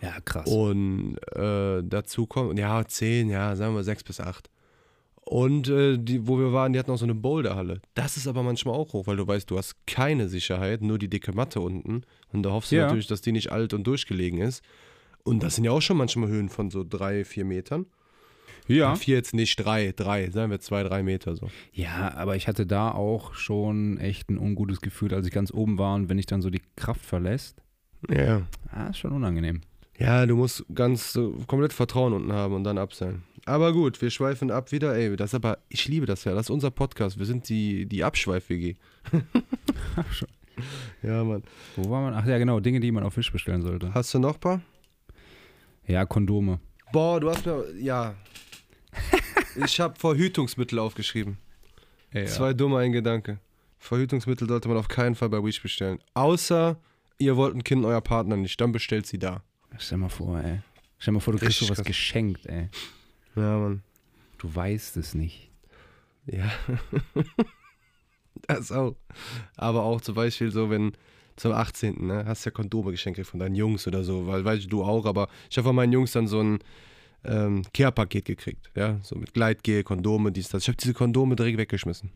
[SPEAKER 4] Ja, krass.
[SPEAKER 3] Oh. Und äh, dazu kommt, ja, 10, ja, sagen wir 6 bis 8. Und äh, die, wo wir waren, die hatten auch so eine Boulderhalle. Das ist aber manchmal auch hoch, weil du weißt, du hast keine Sicherheit, nur die dicke Matte unten. Und da hoffst du
[SPEAKER 4] Ja.
[SPEAKER 3] natürlich, dass die nicht alt und durchgelegen ist. Und das sind ja auch schon manchmal Höhen von so 3, 4 Metern. Ja,
[SPEAKER 4] ja.
[SPEAKER 3] Vier jetzt nicht, drei, drei, sagen wir zwei, drei Meter so.
[SPEAKER 4] Ja, aber ich hatte da auch schon echt ein ungutes Gefühl, als ich ganz oben war und wenn ich dann so die Kraft verlässt.
[SPEAKER 3] Ja.
[SPEAKER 4] Ah, ist schon unangenehm.
[SPEAKER 3] Ja, du musst ganz so komplett Vertrauen unten haben und dann ab sein. Aber gut, wir schweifen ab wieder, ey, das ist aber, ich liebe das ja, das ist unser Podcast, wir sind die, die Abschweif-WG. ja, Mann.
[SPEAKER 4] Wo war man? Ach ja, genau, Dinge, die man auf Fisch bestellen sollte.
[SPEAKER 3] Hast du noch ein paar?
[SPEAKER 4] Ja, Kondome.
[SPEAKER 3] Boah, du hast mir, ja. Ich habe Verhütungsmittel aufgeschrieben. Das war dumm ein Gedanke. Verhütungsmittel sollte man auf keinen Fall bei Wish bestellen. Außer, ihr wollt ein Kind euer Partner nicht, dann bestellt sie da.
[SPEAKER 4] Stell mal vor, ey. Stell mal vor, du kriegst
[SPEAKER 3] Richtig
[SPEAKER 4] sowas
[SPEAKER 3] krass.
[SPEAKER 4] geschenkt, ey.
[SPEAKER 3] Ja, Mann.
[SPEAKER 4] Du weißt es nicht.
[SPEAKER 3] Ja. das auch. Aber auch zum Beispiel so, wenn zum 18. Ne, hast ja Kondome geschenkt von deinen Jungs oder so, weil weiß ich, du auch, aber ich habe von meinen Jungs dann so ein ähm, Care-Paket gekriegt, ja, so mit Gleitgel, Kondome, dies, das. Ich habe diese Kondome direkt weggeschmissen.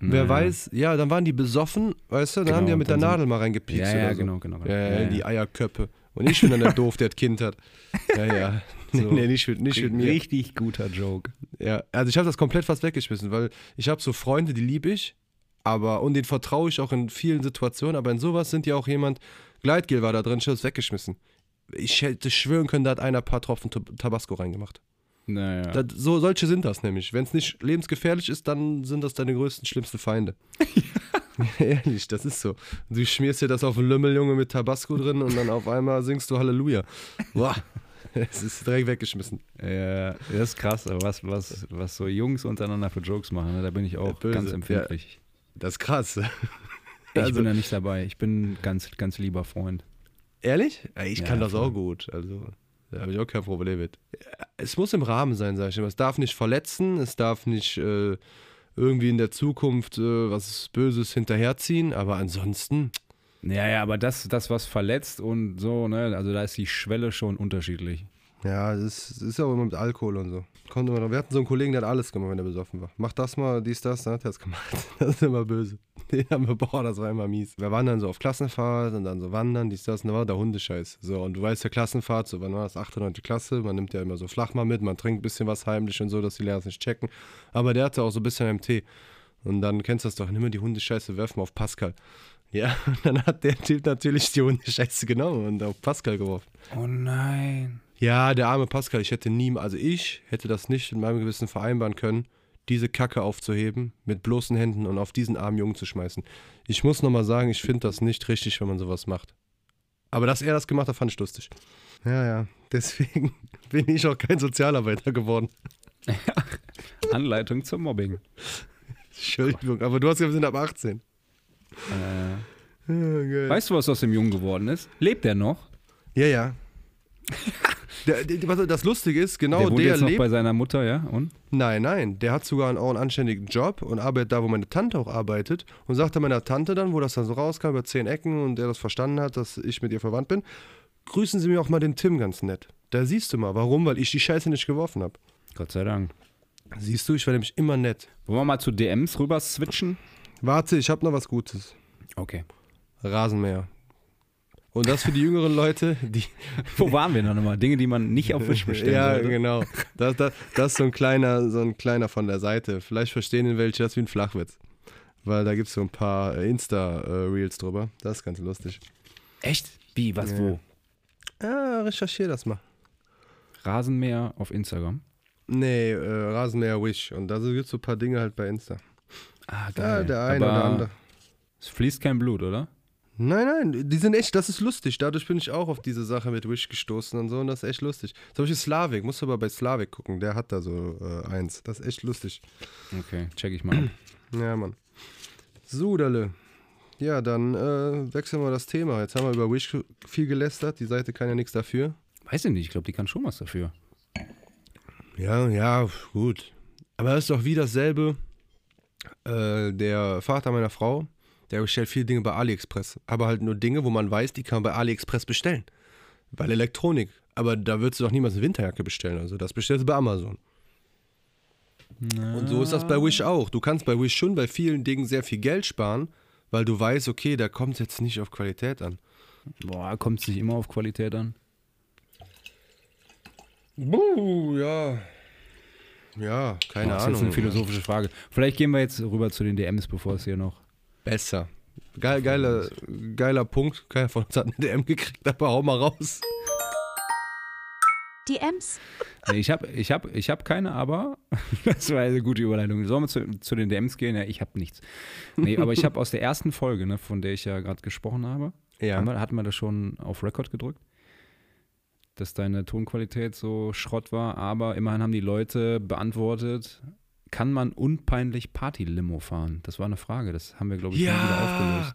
[SPEAKER 3] Wer
[SPEAKER 4] Naja.
[SPEAKER 3] weiß, ja, dann waren die besoffen, weißt du, dann
[SPEAKER 4] Genau,
[SPEAKER 3] haben die ja
[SPEAKER 4] und
[SPEAKER 3] mit der
[SPEAKER 4] dann sind-
[SPEAKER 3] Nadel mal reingepiekst
[SPEAKER 4] Ja,
[SPEAKER 3] oder
[SPEAKER 4] ja,
[SPEAKER 3] so.
[SPEAKER 4] genau, genau. genau.
[SPEAKER 3] Ja, ja, die Eierköpfe. Und ich bin dann der Doof, der das Kind hat. Ja, ja. Nee,
[SPEAKER 4] So.
[SPEAKER 3] nee, nicht mit, nicht mit mir.
[SPEAKER 4] Richtig guter Joke.
[SPEAKER 3] Ja, also ich habe das komplett fast weggeschmissen, weil ich habe so Freunde, die liebe ich, aber und denen vertraue ich auch in vielen Situationen, aber in sowas sind ja auch jemand, Gleitgel war da drin, ich habe es weggeschmissen. Ich hätte schwören können, da hat einer ein paar Tropfen Tab- Tabasco reingemacht.
[SPEAKER 4] Naja.
[SPEAKER 3] Das, so, solche sind das nämlich. Wenn es nicht lebensgefährlich ist, dann sind das deine größten, schlimmsten Feinde. Ehrlich, das ist so. Du schmierst dir das auf den Lümmel, Junge, mit Tabasco drin und dann auf einmal singst du Halleluja. Boah, es ist direkt weggeschmissen.
[SPEAKER 4] Ja, das ist krass, aber was, was, was so Jungs untereinander für Jokes machen, ne, da bin ich auch
[SPEAKER 3] böse,
[SPEAKER 4] ganz
[SPEAKER 3] ja.
[SPEAKER 4] empfindlich.
[SPEAKER 3] Das ist krass.
[SPEAKER 4] Ich
[SPEAKER 3] Also-
[SPEAKER 4] bin da nicht dabei. Ich bin ganz, ganz lieber Freund.
[SPEAKER 3] Ehrlich? Ey, Ich
[SPEAKER 4] Ja,
[SPEAKER 3] kann das
[SPEAKER 4] voll.
[SPEAKER 3] auch gut. Also, da habe ich auch kein Problem mit. Es muss im Rahmen sein, sag ich immer. Es darf nicht verletzen, es darf nicht äh, irgendwie in der Zukunft äh, was Böses hinterherziehen, aber ansonsten,
[SPEAKER 4] Ja, ja, aber das, das, was verletzt und so, ne, also da ist die Schwelle schon unterschiedlich.
[SPEAKER 3] ja, es ist, es ist auch immer mit Alkohol und so. Kommt immer drauf. Wir hatten so einen Kollegen, der hat alles gemacht, wenn er besoffen war. Mach das mal, dies, das, dann hat er es gemacht. Das ist immer böse. Den haben wir, boah, das war immer mies. Wir waren dann so auf Klassenfahrt und dann so wandern, dies, das, und da war der Hundescheiß. So, und du weißt ja, Klassenfahrt, so wann war das? 8. oder 9. Klasse, man nimmt ja immer so flach mal mit, man trinkt ein bisschen was heimlich und so, dass die Lehrer es nicht checken. Aber der hatte auch so ein bisschen MT. Und dann kennst du das doch, nimm mir die Hundescheiße, werf mal auf Pascal. Ja, und dann hat der Typ natürlich die Hundescheiße genommen und auf Pascal geworfen.
[SPEAKER 4] Oh nein.
[SPEAKER 3] Ja, der arme Pascal, ich hätte nie, also ich hätte das nicht in meinem Gewissen vereinbaren können, diese Kacke aufzuheben, mit bloßen Händen und auf diesen armen Jungen zu schmeißen. Ich muss nochmal sagen, ich finde das nicht richtig, wenn man sowas macht. Aber dass er das gemacht hat, fand ich lustig. Ja, ja, deswegen bin ich auch kein Sozialarbeiter geworden.
[SPEAKER 4] Anleitung zum Mobbing.
[SPEAKER 3] Entschuldigung, aber du hast ja, wir sind ab 18. Ja, geil.
[SPEAKER 4] Äh. Weißt du, was aus dem Jungen geworden ist? Lebt er noch?
[SPEAKER 3] ja. ja. Der, der, was- das Lustige ist, genau
[SPEAKER 4] Oh, der
[SPEAKER 3] der,
[SPEAKER 4] wohnt jetzt noch
[SPEAKER 3] lebt
[SPEAKER 4] bei seiner Mutter, ja? Und?
[SPEAKER 3] Nein, nein, der hat sogar einen, auch einen anständigen Job und arbeitet da, wo meine Tante auch arbeitet. Und sagte meiner Tante dann, wo das dann so rauskam, über zehn Ecken und der das verstanden hat, dass ich mit ihr verwandt bin, grüßen Sie mir auch mal den Tim ganz nett. Da siehst du mal, warum? Weil ich die Scheiße nicht geworfen habe.
[SPEAKER 4] Gott sei Dank.
[SPEAKER 3] Siehst du, ich war nämlich immer nett.
[SPEAKER 4] Wollen wir mal zu DMs rüber switchen?
[SPEAKER 3] Warte, ich habe noch was Gutes.
[SPEAKER 4] Okay.
[SPEAKER 3] Rasenmäher. Und das für die jüngeren Leute, die,
[SPEAKER 4] Wo waren wir noch nochmal? Dinge, die man nicht auf Wish bestellen
[SPEAKER 3] ja,
[SPEAKER 4] sollte.
[SPEAKER 3] genau. Das, das, das ist so ein kleiner, so ein kleiner von der Seite. Vielleicht verstehen ihn welche das wie ein Flachwitz. Weil da gibt es so ein paar äh, Insta-Reels drüber. Das ist ganz lustig.
[SPEAKER 4] Echt? Wie, was, wo?
[SPEAKER 3] Ja, Ah, recherchier das mal.
[SPEAKER 4] Rasenmäher auf Instagram.
[SPEAKER 3] Nee, äh, Rasenmäher Wish. Und da gibt es so ein paar Dinge halt bei Insta.
[SPEAKER 4] Ah,
[SPEAKER 3] Ja, der eine
[SPEAKER 4] Aber
[SPEAKER 3] oder andere.
[SPEAKER 4] Es fließt kein Blut, oder?
[SPEAKER 3] Nein, nein, die sind echt, das ist lustig. Dadurch bin ich auch auf diese Sache mit Wish gestoßen und so und das ist echt lustig. Zum Beispiel Slavik, musst du aber bei Slavik gucken, der hat da so äh, eins. Das ist echt lustig.
[SPEAKER 4] Okay, check ich mal ab.
[SPEAKER 3] Ja, Mann. Suderle. Ja, dann äh, wechseln wir das Thema. Jetzt haben wir über Wish viel gelästert. Die Seite kann ja nichts dafür.
[SPEAKER 4] Weiß ich nicht, ich glaube, die kann schon was dafür.
[SPEAKER 3] Ja, ja, gut. Aber das ist doch wie dasselbe. Äh, der Vater meiner Frau, der bestellt viele Dinge bei AliExpress. Aber halt nur Dinge, wo man weiß, die kann man bei AliExpress bestellen. Weil Elektronik. Aber da würdest du doch niemals eine Winterjacke bestellen. Also das bestellst du bei Amazon. Und so ist das bei Wish auch. Du kannst bei Wish schon bei vielen Dingen sehr viel Geld sparen, weil du weißt, okay, da kommt es jetzt nicht auf Qualität an.
[SPEAKER 4] Boah, kommt es nicht immer auf Qualität an?
[SPEAKER 3] Buh, ja. Ja, keine
[SPEAKER 4] Boah, das ist jetzt
[SPEAKER 3] Ahnung.
[SPEAKER 4] eine philosophische Frage. Vielleicht gehen wir jetzt rüber zu den DMs, bevor es hier noch.
[SPEAKER 3] Besser. Geil, geiler, geiler Punkt. Keiner von uns hat eine DM gekriegt, aber hau mal raus.
[SPEAKER 2] Die Ems.
[SPEAKER 4] Nee, Ich habe ich hab, ich hab keine, aber das war eine gute Überleitung. Sollen wir zu, zu den DMs gehen? Ja, ich habe nichts. Nee, aber ich habe aus der ersten Folge, ne, von der ich ja gerade gesprochen habe,
[SPEAKER 3] Ja.
[SPEAKER 4] haben wir, hatten wir das schon auf Record gedrückt, dass deine Tonqualität so Schrott war, aber immerhin haben die Leute beantwortet, kann man unpeinlich Party-Limo fahren? Das war eine Frage, das haben wir, glaube ich, schon wieder aufgelöst.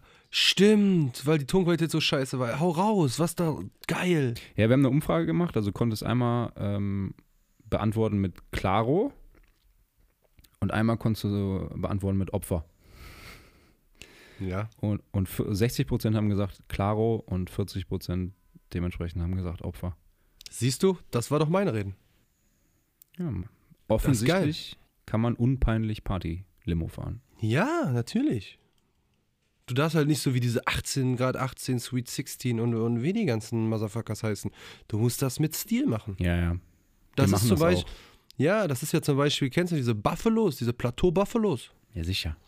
[SPEAKER 3] Ja, stimmt, weil die Tonqualität so scheiße war. Hau raus, was da geil.
[SPEAKER 4] Ja, wir haben eine Umfrage gemacht, also konntest einmal ähm, beantworten mit Claro und einmal konntest du so beantworten mit Opfer.
[SPEAKER 3] Ja.
[SPEAKER 4] Und, und f- 60% haben gesagt Claro und 40% dementsprechend haben gesagt Opfer.
[SPEAKER 3] Siehst du, das war doch mein Reden.
[SPEAKER 4] Ja,
[SPEAKER 3] Das
[SPEAKER 4] Mann.
[SPEAKER 3] ist geil.
[SPEAKER 4] offensichtlich kann man unpeinlich Party-Limo fahren.
[SPEAKER 3] Ja, natürlich. Du darfst halt nicht so wie diese 18, Grad 18, Sweet 16 und, und wie die ganzen Motherfuckers heißen. Du musst das mit Stil machen.
[SPEAKER 4] Ja, ja.
[SPEAKER 3] Das
[SPEAKER 4] machen
[SPEAKER 3] ist zum
[SPEAKER 4] das
[SPEAKER 3] Beispiel. Ja, das ist ja zum Beispiel, kennst du diese Buffalos, diese Plateau-Buffalos?
[SPEAKER 4] Ja, sicher.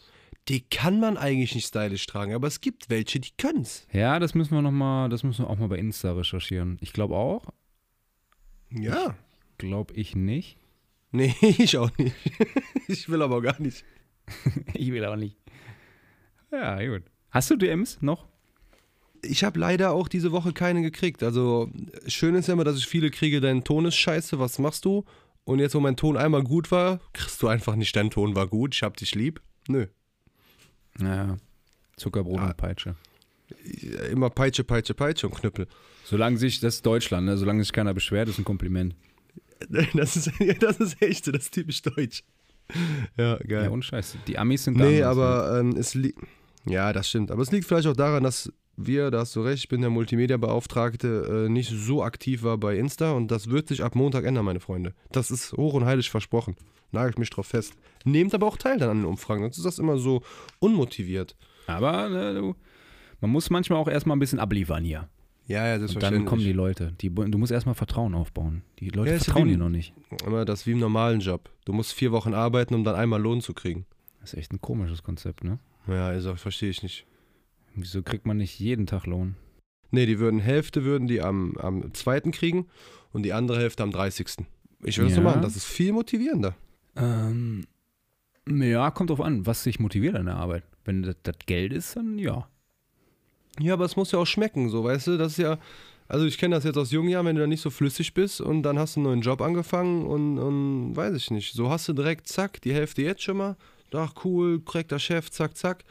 [SPEAKER 3] Die kann man eigentlich nicht stylisch tragen, aber es gibt welche, die können's.
[SPEAKER 4] Ja, das müssen wir noch mal, das müssen wir auch mal bei Insta recherchieren. Ich glaube auch,
[SPEAKER 3] Ja.
[SPEAKER 4] glaube ich nicht.
[SPEAKER 3] Nee, ich auch nicht. Ich will aber gar nicht.
[SPEAKER 4] Ich will auch nicht. Ja, gut. Hast du DMs noch?
[SPEAKER 3] Ich habe leider auch diese Woche keine gekriegt. Also schön ist ja immer, dass ich viele kriege, dein Ton ist scheiße, was machst du? Und jetzt, wo mein Ton einmal gut war, kriegst du einfach nicht, dein Ton war gut, ich hab dich lieb. Nö.
[SPEAKER 4] Ja. Zuckerbrot
[SPEAKER 3] Ja.
[SPEAKER 4] und Peitsche.
[SPEAKER 3] Immer Peitsche, Peitsche, Peitsche und Knüppel.
[SPEAKER 4] Solange sich, das ist Deutschland, ne? solange sich keiner beschwert, ist ein Kompliment.
[SPEAKER 3] Das ist, das ist echt, so, das ist typisch deutsch. Ja, geil.
[SPEAKER 4] Ja, und Scheiße. Die Amis sind
[SPEAKER 3] Nee,
[SPEAKER 4] anders, ne?
[SPEAKER 3] aber ähm, es liegt. Ja, das stimmt. Aber es liegt vielleicht auch daran, dass wir, da hast du recht, ich bin der Multimedia-Beauftragte, äh, nicht so aktiv war bei Insta und das wird sich ab Montag ändern, meine Freunde. Das ist hoch und heilig versprochen. Nagel ich mich drauf fest. Nehmt aber auch teil dann an den Umfragen, sonst ist das immer so unmotiviert.
[SPEAKER 4] Aber ne, du, man muss manchmal auch erstmal ein bisschen abliefern hier.
[SPEAKER 3] Ja, ja,
[SPEAKER 4] Und dann kommen die Leute. Die, du musst erstmal Vertrauen aufbauen. Die Leute
[SPEAKER 3] Ja, ist ja
[SPEAKER 4] vertrauen
[SPEAKER 3] wie-
[SPEAKER 4] dir noch nicht.
[SPEAKER 3] Immer das ist wie im normalen Job. Du musst vier Wochen arbeiten, um dann einmal Lohn zu kriegen.
[SPEAKER 4] Das ist echt ein komisches Konzept, ne?
[SPEAKER 3] Ja, also verstehe ich nicht.
[SPEAKER 4] Wieso kriegt man nicht jeden Tag Lohn?
[SPEAKER 3] Nee, die würden Hälfte würden die am, am zweiten kriegen und die andere Hälfte am 30. Ich würde es so
[SPEAKER 4] Ja.
[SPEAKER 3] machen, das ist viel motivierender.
[SPEAKER 4] Ähm, ja, kommt drauf an, was dich motiviert an der Arbeit. Wenn das, das Geld ist, dann ja.
[SPEAKER 3] Ja, aber es muss ja auch schmecken, so, weißt du, das ist ja, also ich kenne das jetzt aus jungen Jahren, wenn du da nicht so flüssig bist und dann hast du einen neuen Job angefangen und, und weiß ich nicht, so hast du direkt, zack, die Hälfte jetzt schon mal, ach cool, korrekter Chef, zack, zack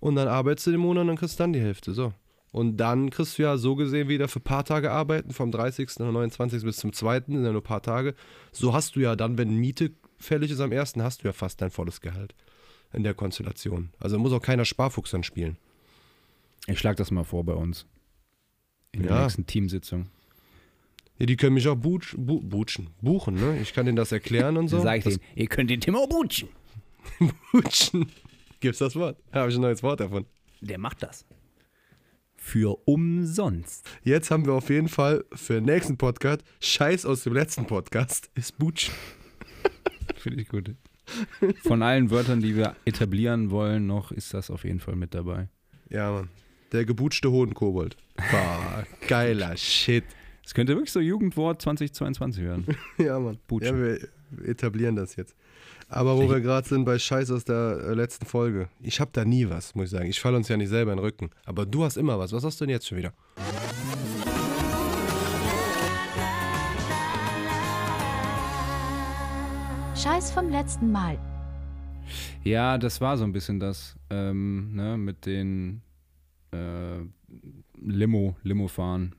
[SPEAKER 3] und dann arbeitest du den Monat und dann kriegst du dann die Hälfte, so. Und dann kriegst du ja so gesehen wieder für ein paar Tage arbeiten, vom 30. oder 29. bis zum 2. sind ja nur ein paar Tage. So hast du ja dann, wenn Miete fällig ist am 1., hast du ja fast dein volles Gehalt in der Konstellation. Also muss auch keiner Sparfuchs dann spielen.
[SPEAKER 4] Ich schlage das mal vor bei uns. In der
[SPEAKER 3] Ja.
[SPEAKER 4] nächsten Teamsitzung.
[SPEAKER 3] Ja, die können mich auch butsch, bu, butschen, buchen, ne? Ich kann denen das erklären und so.
[SPEAKER 4] Dann sage ich
[SPEAKER 3] das
[SPEAKER 4] denen, ihr könnt den Timo butschen.
[SPEAKER 3] butschen. Gibt's das Wort? Habe ich ein neues Wort davon.
[SPEAKER 4] Der macht das. Für umsonst.
[SPEAKER 3] Jetzt haben wir auf jeden Fall für den nächsten Podcast, Scheiß aus dem letzten Podcast, ist butschen.
[SPEAKER 4] Finde ich gut. Von allen Wörtern, die wir etablieren wollen, noch ist das auf jeden Fall mit dabei.
[SPEAKER 3] Ja, Mann. Der gebutschte Hodenkobold. Boah, geiler Shit.
[SPEAKER 4] Es könnte wirklich so Jugendwort 2022 werden.
[SPEAKER 3] Ja, Mann.
[SPEAKER 4] Butschen.
[SPEAKER 3] Ja, wir etablieren das jetzt. Aber wo wir gerade sind bei Scheiß aus der äh, letzten Folge. Ich habe da nie was, muss ich sagen. Ich falle uns ja nicht selber in den Rücken. Aber du hast immer was. Was hast du denn jetzt schon wieder?
[SPEAKER 2] Scheiß vom letzten Mal.
[SPEAKER 4] Ja, das war so ein bisschen das ähm, ne, mit den äh, Limo, Limo fahren.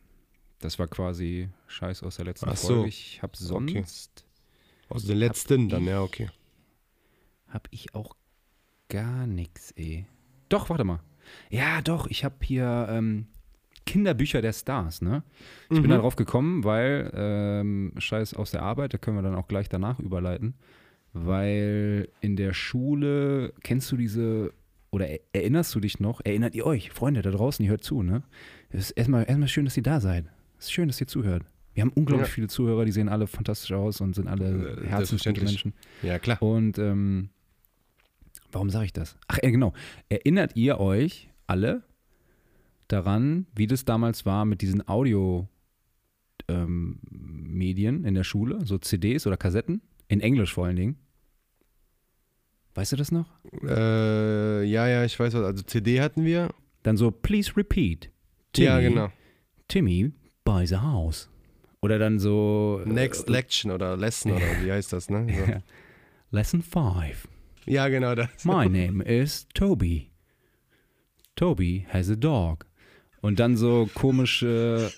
[SPEAKER 4] Das war quasi Scheiß aus der letzten
[SPEAKER 3] Ach so.
[SPEAKER 4] Folge. Ich habe sonst
[SPEAKER 3] Aus den letzten dann, ja, okay.
[SPEAKER 4] habe ich auch gar nichts. Eh. Doch, warte mal. Ja, doch. Ich habe hier ähm, Kinderbücher der Stars. Ne, ich
[SPEAKER 3] Mhm.
[SPEAKER 4] bin da drauf gekommen, weil ähm, Scheiß aus der Arbeit. Da können wir dann auch gleich danach überleiten. Weil in der Schule, kennst du diese, oder er- erinnerst du dich noch, erinnert ihr euch, Freunde da draußen, ihr hört zu, ne? Es ist erstmal, erstmal schön, dass ihr da seid. Es ist schön, dass ihr zuhört. Wir haben unglaublich
[SPEAKER 3] Ja.
[SPEAKER 4] viele Zuhörer, die sehen alle fantastisch aus und sind alle
[SPEAKER 3] Äh,
[SPEAKER 4] herzensgute
[SPEAKER 3] selbstverständlich.
[SPEAKER 4] Menschen.
[SPEAKER 3] Ja, klar.
[SPEAKER 4] Und ähm, warum sage ich das? Ach, ja, genau. Erinnert ihr euch alle daran, wie das damals war mit diesen Audio-Medien in der Schule, so CDs oder Kassetten? In Englisch vor allen Dingen. Weißt du das noch?
[SPEAKER 3] Äh, ja, ja, ich weiß was. Also CD hatten wir.
[SPEAKER 4] Dann so, please repeat. Timmy,
[SPEAKER 3] Ja, genau.
[SPEAKER 4] Timmy buys a house. Oder dann so, äh,
[SPEAKER 3] Next Lection oder Lesson oder wie heißt das, ne? So.
[SPEAKER 4] Ja. lesson 5.
[SPEAKER 3] Ja, genau das.
[SPEAKER 4] My name is Toby. Toby has a dog. Und dann so komische.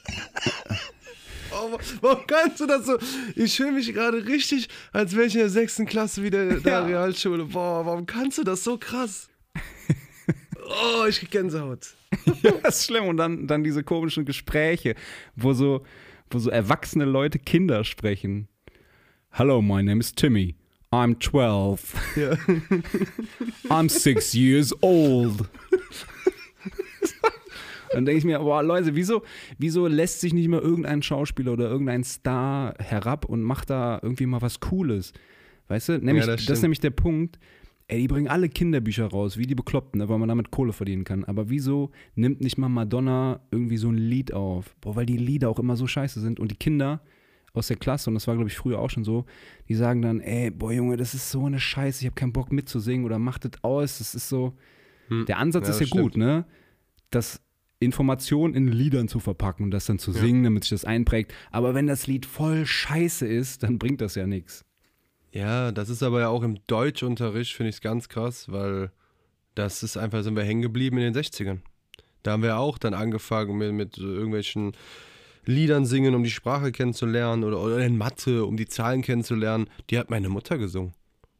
[SPEAKER 3] Oh, wa- warum kannst du das so? Ich fühle mich gerade richtig, als wäre ich in der sechsten Klasse wieder in der
[SPEAKER 4] Ja.
[SPEAKER 3] Realschule. Boah, warum kannst du das so krass? Oh, ich krieg Gänsehaut.
[SPEAKER 4] das ist schlimm. Und dann, dann diese komischen Gespräche, wo so, wo so erwachsene Leute Kinder sprechen. Hello, my name is Timmy. I'm 12.
[SPEAKER 3] Ja.
[SPEAKER 4] I'm six years old. Dann denke ich mir, boah, Leute, wieso, wieso lässt sich nicht mal irgendein Schauspieler oder irgendein Star herab und macht da irgendwie mal was Cooles? Weißt du? Nämlich,
[SPEAKER 3] Ja, das
[SPEAKER 4] das, ist
[SPEAKER 3] stimmt.
[SPEAKER 4] nämlich der Punkt. Ey, die bringen alle Kinderbücher raus, wie die Bekloppten, ne, weil man damit Kohle verdienen kann. Aber wieso nimmt nicht mal Madonna irgendwie so ein Lied auf? Boah, weil die Lieder auch immer so scheiße sind und die Kinder aus der Klasse, und das war, glaube ich, früher auch schon so, die sagen dann, ey, boah, Junge, das ist so eine Scheiße, ich habe keinen Bock mitzusingen oder macht das aus, das ist so,
[SPEAKER 3] Hm.
[SPEAKER 4] Der Ansatz
[SPEAKER 3] Ja,
[SPEAKER 4] ist ja
[SPEAKER 3] das stimmt.
[SPEAKER 4] gut, ne? Das Informationen in Liedern zu verpacken und das dann zu singen, damit sich das einprägt. Aber wenn das Lied voll scheiße ist, dann bringt das ja nichts.
[SPEAKER 3] Ja, das ist aber ja auch im Deutschunterricht, finde ich es ganz krass, weil das ist einfach, sind wir hängen geblieben in den 60ern. Da haben wir auch dann angefangen mit, mit so irgendwelchen Liedern singen, um die Sprache kennenzulernen oder, oder in Mathe, um die Zahlen kennenzulernen. Die hat meine Mutter gesungen.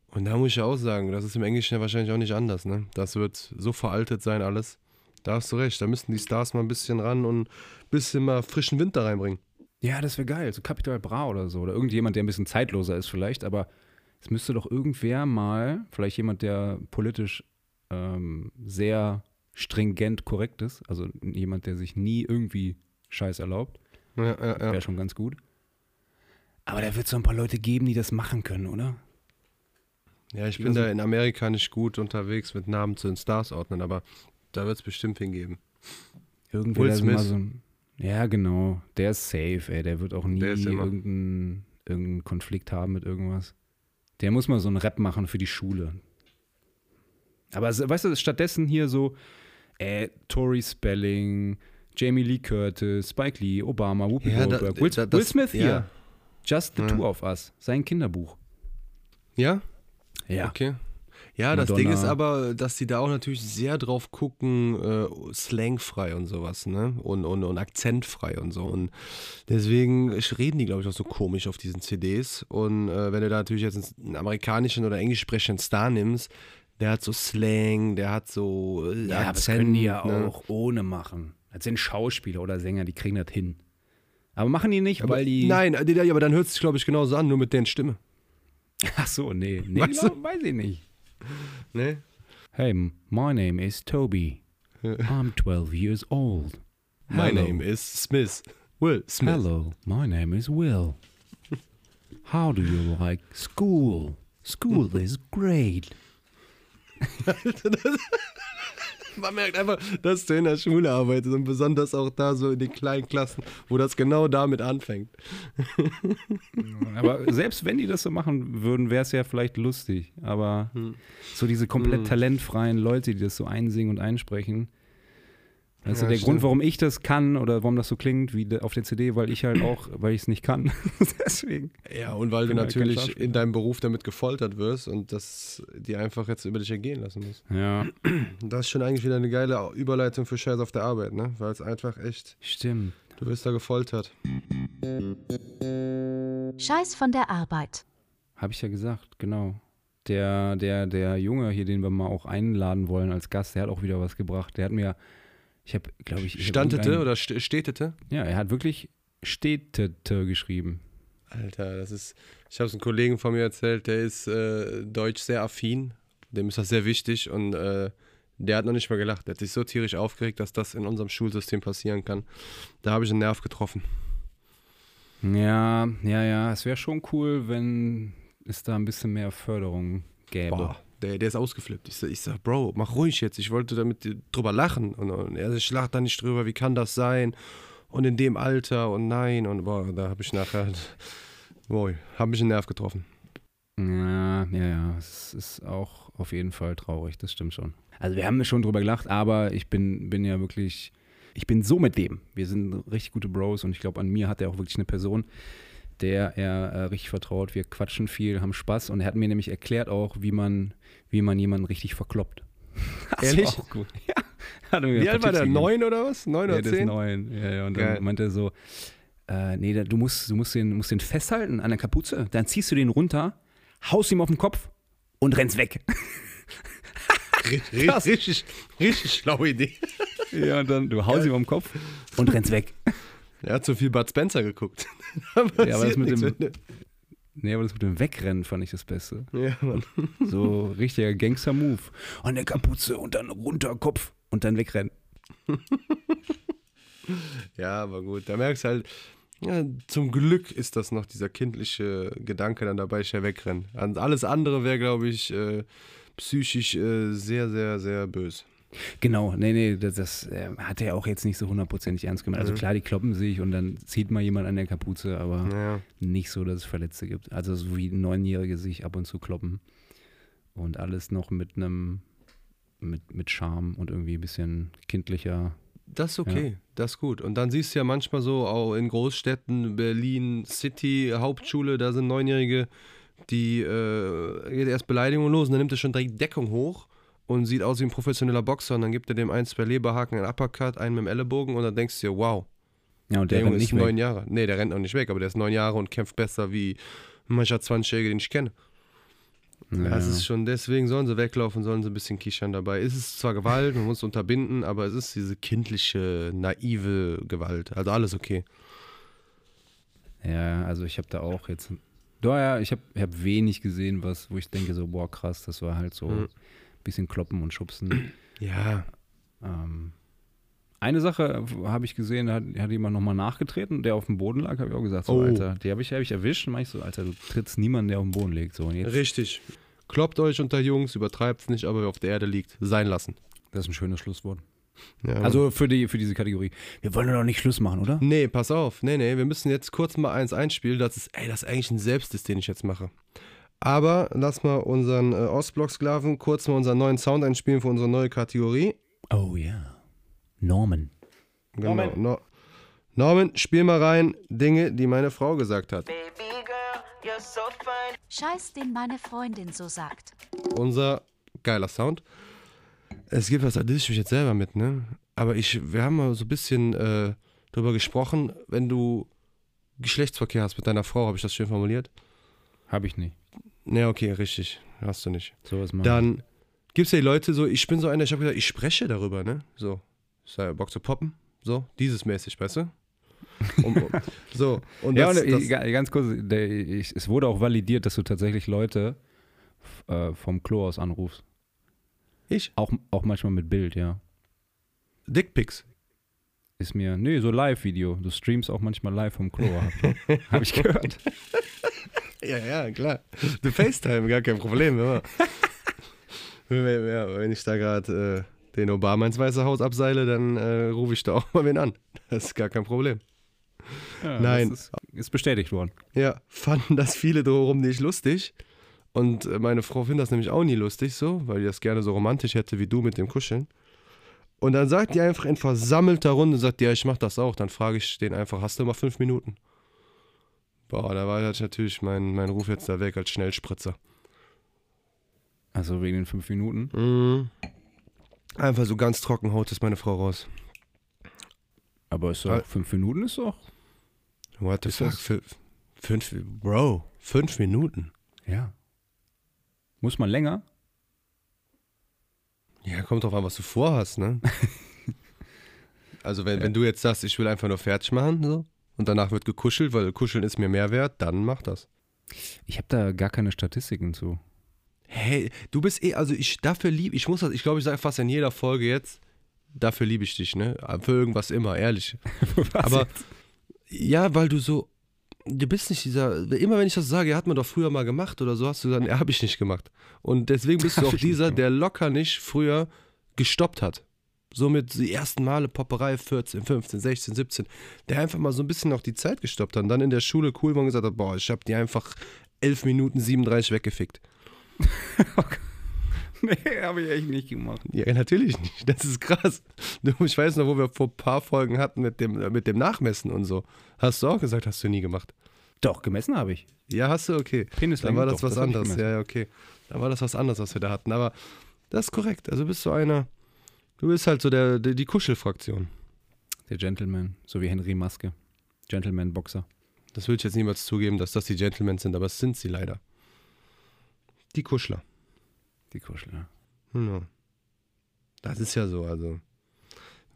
[SPEAKER 3] Und da muss ich auch sagen, das ist im Englischen ja wahrscheinlich auch nicht anders. Ne? Das wird so veraltet sein, alles. Da hast du recht, da müssen die Stars mal ein bisschen ran und ein bisschen mal frischen Wind da reinbringen.
[SPEAKER 4] Ja, das wäre geil. So Capital Bra oder so. Oder irgendjemand, der ein bisschen zeitloser ist vielleicht. Aber es müsste doch irgendwer mal, vielleicht jemand, der politisch ähm, sehr stringent korrekt ist. Also jemand, der sich nie irgendwie Scheiß erlaubt.
[SPEAKER 3] Ja, ja, ja.
[SPEAKER 4] Wäre schon ganz gut. Aber da wird es so ein paar Leute geben, die das machen können, oder?
[SPEAKER 3] Ja, ich bin da in Amerika nicht gut unterwegs mit Namen zu den Stars ordnen, aber da wird es bestimmt hingeben.
[SPEAKER 4] Irgendwer
[SPEAKER 3] Will
[SPEAKER 4] der so
[SPEAKER 3] Smith.
[SPEAKER 4] Mal so ein, ja, genau. Der ist safe, ey. Der wird auch nie
[SPEAKER 3] Der ist immer-
[SPEAKER 4] irgendeinen irgendeinen Konflikt haben mit irgendwas. Der muss mal so einen Rap machen für die Schule. Aber se- weißt du, stattdessen hier so, äh, Tori Spelling, Jamie Lee Curtis, Spike Lee, Obama, Whoopi
[SPEAKER 3] Ja, da-
[SPEAKER 4] Goldberg, Will,
[SPEAKER 3] da- das-
[SPEAKER 4] Will Smith hier.
[SPEAKER 3] ja.
[SPEAKER 4] Just the
[SPEAKER 3] Ja.
[SPEAKER 4] Two of Us, sein Kinderbuch.
[SPEAKER 3] Ja?
[SPEAKER 4] Ja.
[SPEAKER 3] Okay. Ja, das
[SPEAKER 4] Madonna.
[SPEAKER 3] Ding ist aber, dass die da auch natürlich sehr drauf gucken, äh, slangfrei und sowas, ne? Und, und, und akzentfrei und so. Und deswegen reden die, glaube ich, auch so komisch auf diesen CDs. Und äh, wenn du da natürlich jetzt einen amerikanischen oder englisch sprechenden Star nimmst, der hat so Slang, der hat so äh,
[SPEAKER 4] Ja, das
[SPEAKER 3] Akzent.
[SPEAKER 4] können die ja
[SPEAKER 3] ne?
[SPEAKER 4] auch ohne machen. Das sind Schauspieler oder Sänger, die kriegen das hin. Aber machen die nicht, weil die.
[SPEAKER 3] Nein, äh, aber dann hört es sich, glaube ich, genauso an, nur mit deren Stimme.
[SPEAKER 4] Ach so, nee. nee
[SPEAKER 3] Weißt
[SPEAKER 4] glaub, Weiß ich nicht.
[SPEAKER 3] Ne?
[SPEAKER 4] Hey, my name is Toby. I'm 12 years old.
[SPEAKER 3] My
[SPEAKER 4] Hello.
[SPEAKER 3] name is Smith. Will Smith.
[SPEAKER 4] Hello, my name is Will. How do you like school? School is great.
[SPEAKER 3] Man merkt einfach, dass der in der Schule arbeitet und besonders auch da so in den kleinen Klassen, wo das genau damit anfängt.
[SPEAKER 4] Aber selbst wenn die das so machen würden, wäre es ja vielleicht lustig. Aber so diese komplett talentfreien Leute, die das so einsingen und einsprechen. Also
[SPEAKER 3] Ja,
[SPEAKER 4] der
[SPEAKER 3] stimmt.
[SPEAKER 4] Grund, warum ich das kann oder warum das so klingt wie de- auf der CD, weil ich halt auch, weil ich es nicht kann. Deswegen.
[SPEAKER 3] Ja, und weil du
[SPEAKER 4] Bin halt kein
[SPEAKER 3] natürlich
[SPEAKER 4] Schauspieler.
[SPEAKER 3] in deinem Beruf damit gefoltert wirst und das dir einfach jetzt über dich ergehen lassen musst.
[SPEAKER 4] Ja,
[SPEAKER 3] Und Das ist schon eigentlich wieder eine geile Überleitung für Scheiß auf der Arbeit, ne? Weil es einfach echt,
[SPEAKER 4] stimmt.
[SPEAKER 3] du wirst da gefoltert.
[SPEAKER 2] Scheiß von der Arbeit.
[SPEAKER 4] Habe ich ja gesagt, genau. Der, der, der Junge hier, den wir mal auch einladen wollen als Gast, der hat auch wieder was gebracht. Der hat mir, ich habe, glaube ich, ich hab
[SPEAKER 3] Standete
[SPEAKER 4] irgendeinen-
[SPEAKER 3] oder st- stetete?
[SPEAKER 4] Ja, er hat wirklich Städtete geschrieben.
[SPEAKER 3] Alter, das ist. Ich habe es einem Kollegen von mir erzählt, der ist äh, deutsch sehr affin. Dem ist das sehr wichtig und äh, der hat noch nicht mal gelacht. Der hat sich so tierisch aufgeregt, dass das in unserem Schulsystem passieren kann. Da habe ich einen Nerv getroffen.
[SPEAKER 4] Ja, ja, ja. Es wäre schon cool, wenn es da ein bisschen mehr Förderung gäbe.
[SPEAKER 3] Boah, der, der ist ausgeflippt. Ich sag, ich sag, Bro, mach ruhig jetzt. Ich wollte damit äh, drüber lachen. Und, und er sagt, ich lach da nicht drüber. Wie kann das sein? Und in dem Alter und nein. Und boah, da habe ich nachher. halt, Boah, habe mich einen Nerv getroffen.
[SPEAKER 4] Ja, ja, ja. Es ist auch auf jeden Fall traurig, das stimmt schon. Also wir haben schon drüber gelacht, aber ich bin, bin ja wirklich, ich bin so mit dem. Wir sind richtig gute Bros und ich glaube, an mir hat er auch wirklich eine Person, der er äh, richtig vertraut. Wir quatschen viel, haben Spaß und er hat mir nämlich erklärt auch, wie man, wie man jemanden richtig verkloppt. Das war
[SPEAKER 3] Ehrlich?
[SPEAKER 4] Auch gut. Ja. Hat er
[SPEAKER 3] Wie
[SPEAKER 4] mir ein
[SPEAKER 3] alt
[SPEAKER 4] paar
[SPEAKER 3] war der?
[SPEAKER 4] Tipps gegeben.
[SPEAKER 3] Neun oder was? Neun
[SPEAKER 4] Ja,
[SPEAKER 3] oder
[SPEAKER 4] der ist
[SPEAKER 3] zehn?
[SPEAKER 4] neun. Ja, ja. Und dann
[SPEAKER 3] Geil.
[SPEAKER 4] meinte er so, äh, nee, da, du, musst, du musst, den, musst den festhalten an der Kapuze, dann ziehst du den runter, haust ihm auf den Kopf und rennst weg.
[SPEAKER 3] Richtig, richtig, richtig schlaue Idee.
[SPEAKER 4] Ja, und dann, du haust ihm auf den Kopf und rennst weg.
[SPEAKER 3] Er hat so viel Bud Spencer geguckt.
[SPEAKER 4] Ja, aber das mit dem, nee, aber das mit dem Wegrennen fand ich das Beste.
[SPEAKER 3] Ja, Mann.
[SPEAKER 4] So richtiger Gangster-Move. An der Kapuze und dann runter Kopf und dann wegrennen.
[SPEAKER 3] ja, aber gut. Da merkst du halt, ja, zum Glück ist das noch dieser kindliche Gedanke dann dabei, ich ja wegrennen. An- Alles andere wäre, glaube ich, äh, psychisch äh, sehr, sehr, sehr böse.
[SPEAKER 4] Genau, nee, nee, das, das äh, hat er auch jetzt nicht so hundertprozentig ernst gemeint. Also klar, die kloppen sich und dann zieht mal jemand an der Kapuze, aber
[SPEAKER 3] Ja.
[SPEAKER 4] nicht so, dass es Verletzte gibt. Also so wie Neunjährige sich ab und zu kloppen und alles noch mit einem mit, mit Charme und irgendwie ein bisschen kindlicher.
[SPEAKER 3] Das ist okay, das ist gut. Und dann siehst du ja manchmal so auch in Großstädten, Berlin, City, Hauptschule, da sind Neunjährige, die äh, geht erst Beleidigung los und dann nimmt er schon direkt Deckung hoch und sieht aus wie ein professioneller Boxer und dann gibt er dem ein, zwei Leberhaken, einen Uppercut, einen mit dem Ellenbogen und dann denkst du dir, wow,
[SPEAKER 4] Ja, und
[SPEAKER 3] der,
[SPEAKER 4] der,
[SPEAKER 3] Junge
[SPEAKER 4] rennt
[SPEAKER 3] ist
[SPEAKER 4] nicht weg.
[SPEAKER 3] neun Jahre. Nee, der rennt noch nicht weg, aber der ist neun Jahre und kämpft besser wie mancher 20-Jährige, den ich kenne.
[SPEAKER 4] Ja,
[SPEAKER 3] Das
[SPEAKER 4] ja.
[SPEAKER 3] ist schon, deswegen sollen sie weglaufen, sollen sie ein bisschen kichern dabei. Es ist zwar Gewalt, man muss es unterbinden, aber es ist diese kindliche, naive Gewalt. Also alles okay.
[SPEAKER 4] Ja, also ich habe da auch jetzt. Ja, ja, ich habe ich hab wenig gesehen, was, wo ich denke, so, boah, krass, das war halt so ein
[SPEAKER 3] Mhm.
[SPEAKER 4] bisschen kloppen und schubsen.
[SPEAKER 3] Ja.
[SPEAKER 4] ähm, eine Sache habe ich gesehen, da hat, hat jemand nochmal nachgetreten, der auf dem Boden lag, habe ich auch gesagt, so,
[SPEAKER 3] Oh.
[SPEAKER 4] Alter, die habe ich, hab ich erwischt, meine ich so, Alter, du trittst niemanden, der auf dem Boden liegt. So, und jetzt,
[SPEAKER 3] Richtig. Kloppt euch unter Jungs, übertreibt's nicht, aber wer auf der Erde liegt, sein lassen.
[SPEAKER 4] das ist ein schönes Schlusswort.
[SPEAKER 3] Ja.
[SPEAKER 4] Also für, die, für diese Kategorie. Wir wollen doch nicht Schluss machen, oder?
[SPEAKER 3] Nee, pass auf. Nee, nee, wir müssen jetzt kurz mal eins einspielen. Das ist, ey, das ist eigentlich ein Selbstdiss, den ich jetzt mache. Aber lass mal unseren äh, Ostblock-Sklaven kurz mal unseren neuen Sound einspielen für unsere neue Kategorie.
[SPEAKER 4] Oh ja. Norman.
[SPEAKER 3] Genau. Norman. No Norman, spiel mal rein Dinge, die meine Frau gesagt hat.
[SPEAKER 5] Baby girl, you're so fine.
[SPEAKER 2] Scheiß, den meine Freundin so sagt.
[SPEAKER 3] Unser geiler Sound. Es gibt was, da diss ich mich jetzt selber mit, ne? Aber ich, wir haben mal so ein bisschen äh, drüber gesprochen, wenn du Geschlechtsverkehr hast mit deiner Frau, habe ich das schön formuliert?
[SPEAKER 4] Habe ich nicht.
[SPEAKER 3] Ne, okay, richtig. Hast du nicht.
[SPEAKER 4] Sowas machen.
[SPEAKER 3] Dann gibt es ja die Leute so, ich bin so einer, ich habe gesagt, ich spreche darüber, ne? So, ich hab Bock zu poppen, so, dieses mäßig, weißt du? Und, so, und
[SPEAKER 4] Ja,
[SPEAKER 3] das,
[SPEAKER 4] und,
[SPEAKER 3] das,
[SPEAKER 4] äh, ga- ganz kurz, der, ich, es wurde auch validiert, dass du tatsächlich Leute f- äh, vom Klo aus anrufst.
[SPEAKER 3] ich,
[SPEAKER 4] Auch, auch manchmal mit Bild, ja.
[SPEAKER 3] Dickpics.
[SPEAKER 4] Ist mir, nee, so Live-Video. Du streamst auch manchmal live vom Klo, habe hab ich gehört.
[SPEAKER 3] Ja, ja, klar. Du FaceTime, gar kein Problem. Immer. wenn, wenn- ja, wenn ich da gerade äh, den Obama ins Weiße Haus abseile, dann äh, rufe ich da auch mal wen an. Das ist gar kein Problem.
[SPEAKER 4] Ja,
[SPEAKER 3] Nein.
[SPEAKER 4] Das ist, ist bestätigt worden.
[SPEAKER 3] Ja, fanden das viele drumherum nicht lustig. Und äh, meine Frau findet das nämlich auch nie lustig so, weil die das gerne so romantisch hätte wie du mit dem Kuscheln. Und dann sagt die einfach in versammelter Runde, sagt die, ja, ich mach das auch. Dann frage ich den einfach, hast du mal fünf Minuten? Boah, da war jetzt natürlich mein, mein Ruf jetzt da weg als Schnellspritzer.
[SPEAKER 4] Also wegen den fünf Minuten.
[SPEAKER 3] Mhm. Einfach so ganz trocken haut es meine Frau raus.
[SPEAKER 4] Aber ist doch,
[SPEAKER 3] Al-
[SPEAKER 4] fünf Minuten ist doch.
[SPEAKER 3] What the fuck?
[SPEAKER 4] das-
[SPEAKER 3] Fünf, fünf, Bro, fünf Minuten.
[SPEAKER 4] Ja. Muss man länger?
[SPEAKER 3] Ja, kommt drauf an, was du vorhast, ne? also, wenn, wenn du jetzt sagst, ich will einfach nur fertig machen, so, und danach wird gekuschelt, weil kuscheln ist mir mehr wert, dann mach das.
[SPEAKER 4] Ich habe da gar keine Statistiken zu.
[SPEAKER 3] Hey, du bist eh, also ich dafür lieb, ich muss das, ich glaube, ich sage fast in jeder Folge jetzt, dafür liebe ich dich, ne? Für irgendwas immer, ehrlich.
[SPEAKER 4] Was
[SPEAKER 3] Aber
[SPEAKER 4] jetzt?
[SPEAKER 3] ja, weil du so, du bist nicht dieser, immer wenn ich das sage, ja, hat man doch früher mal gemacht oder so, hast du dann, ja, hab ich nicht gemacht. Und deswegen bist du
[SPEAKER 4] Hab
[SPEAKER 3] auch
[SPEAKER 4] ich nicht
[SPEAKER 3] dieser,
[SPEAKER 4] gemacht.
[SPEAKER 3] der locker nicht früher gestoppt hat. Somit die ersten Male Popperei 14, 15, 16, 17, der einfach mal so ein bisschen auch die Zeit gestoppt hat und dann in der Schule cool war und gesagt hat, boah, ich hab die einfach 11 Minuten 37 weggefickt.
[SPEAKER 4] nee, habe ich echt nicht gemacht.
[SPEAKER 3] Ja, natürlich nicht. Das ist krass. Du, Ich weiß noch, wo wir vor ein paar Folgen hatten mit dem, mit dem Nachmessen und so. Hast du auch gesagt, hast du nie gemacht.
[SPEAKER 4] Doch, gemessen habe ich.
[SPEAKER 3] Ja, hast du, okay.
[SPEAKER 4] Penislänge,
[SPEAKER 3] Dann war das
[SPEAKER 4] doch,
[SPEAKER 3] was
[SPEAKER 4] das hab ich
[SPEAKER 3] anderes.
[SPEAKER 4] gemessen.
[SPEAKER 3] Ja, ja, okay. Dann war das was anderes, was wir da hatten. Aber das ist korrekt. Also bist du einer, du bist halt so der, der, die Kuschelfraktion.
[SPEAKER 4] Der Gentleman, so wie Henry Maske. Gentleman-Boxer.
[SPEAKER 3] Das will ich jetzt niemals zugeben, dass das die Gentlemen sind, aber es sind sie leider. Die Kuschler.
[SPEAKER 4] Die Kuschler.
[SPEAKER 3] Genau. Das ist ja so. Also,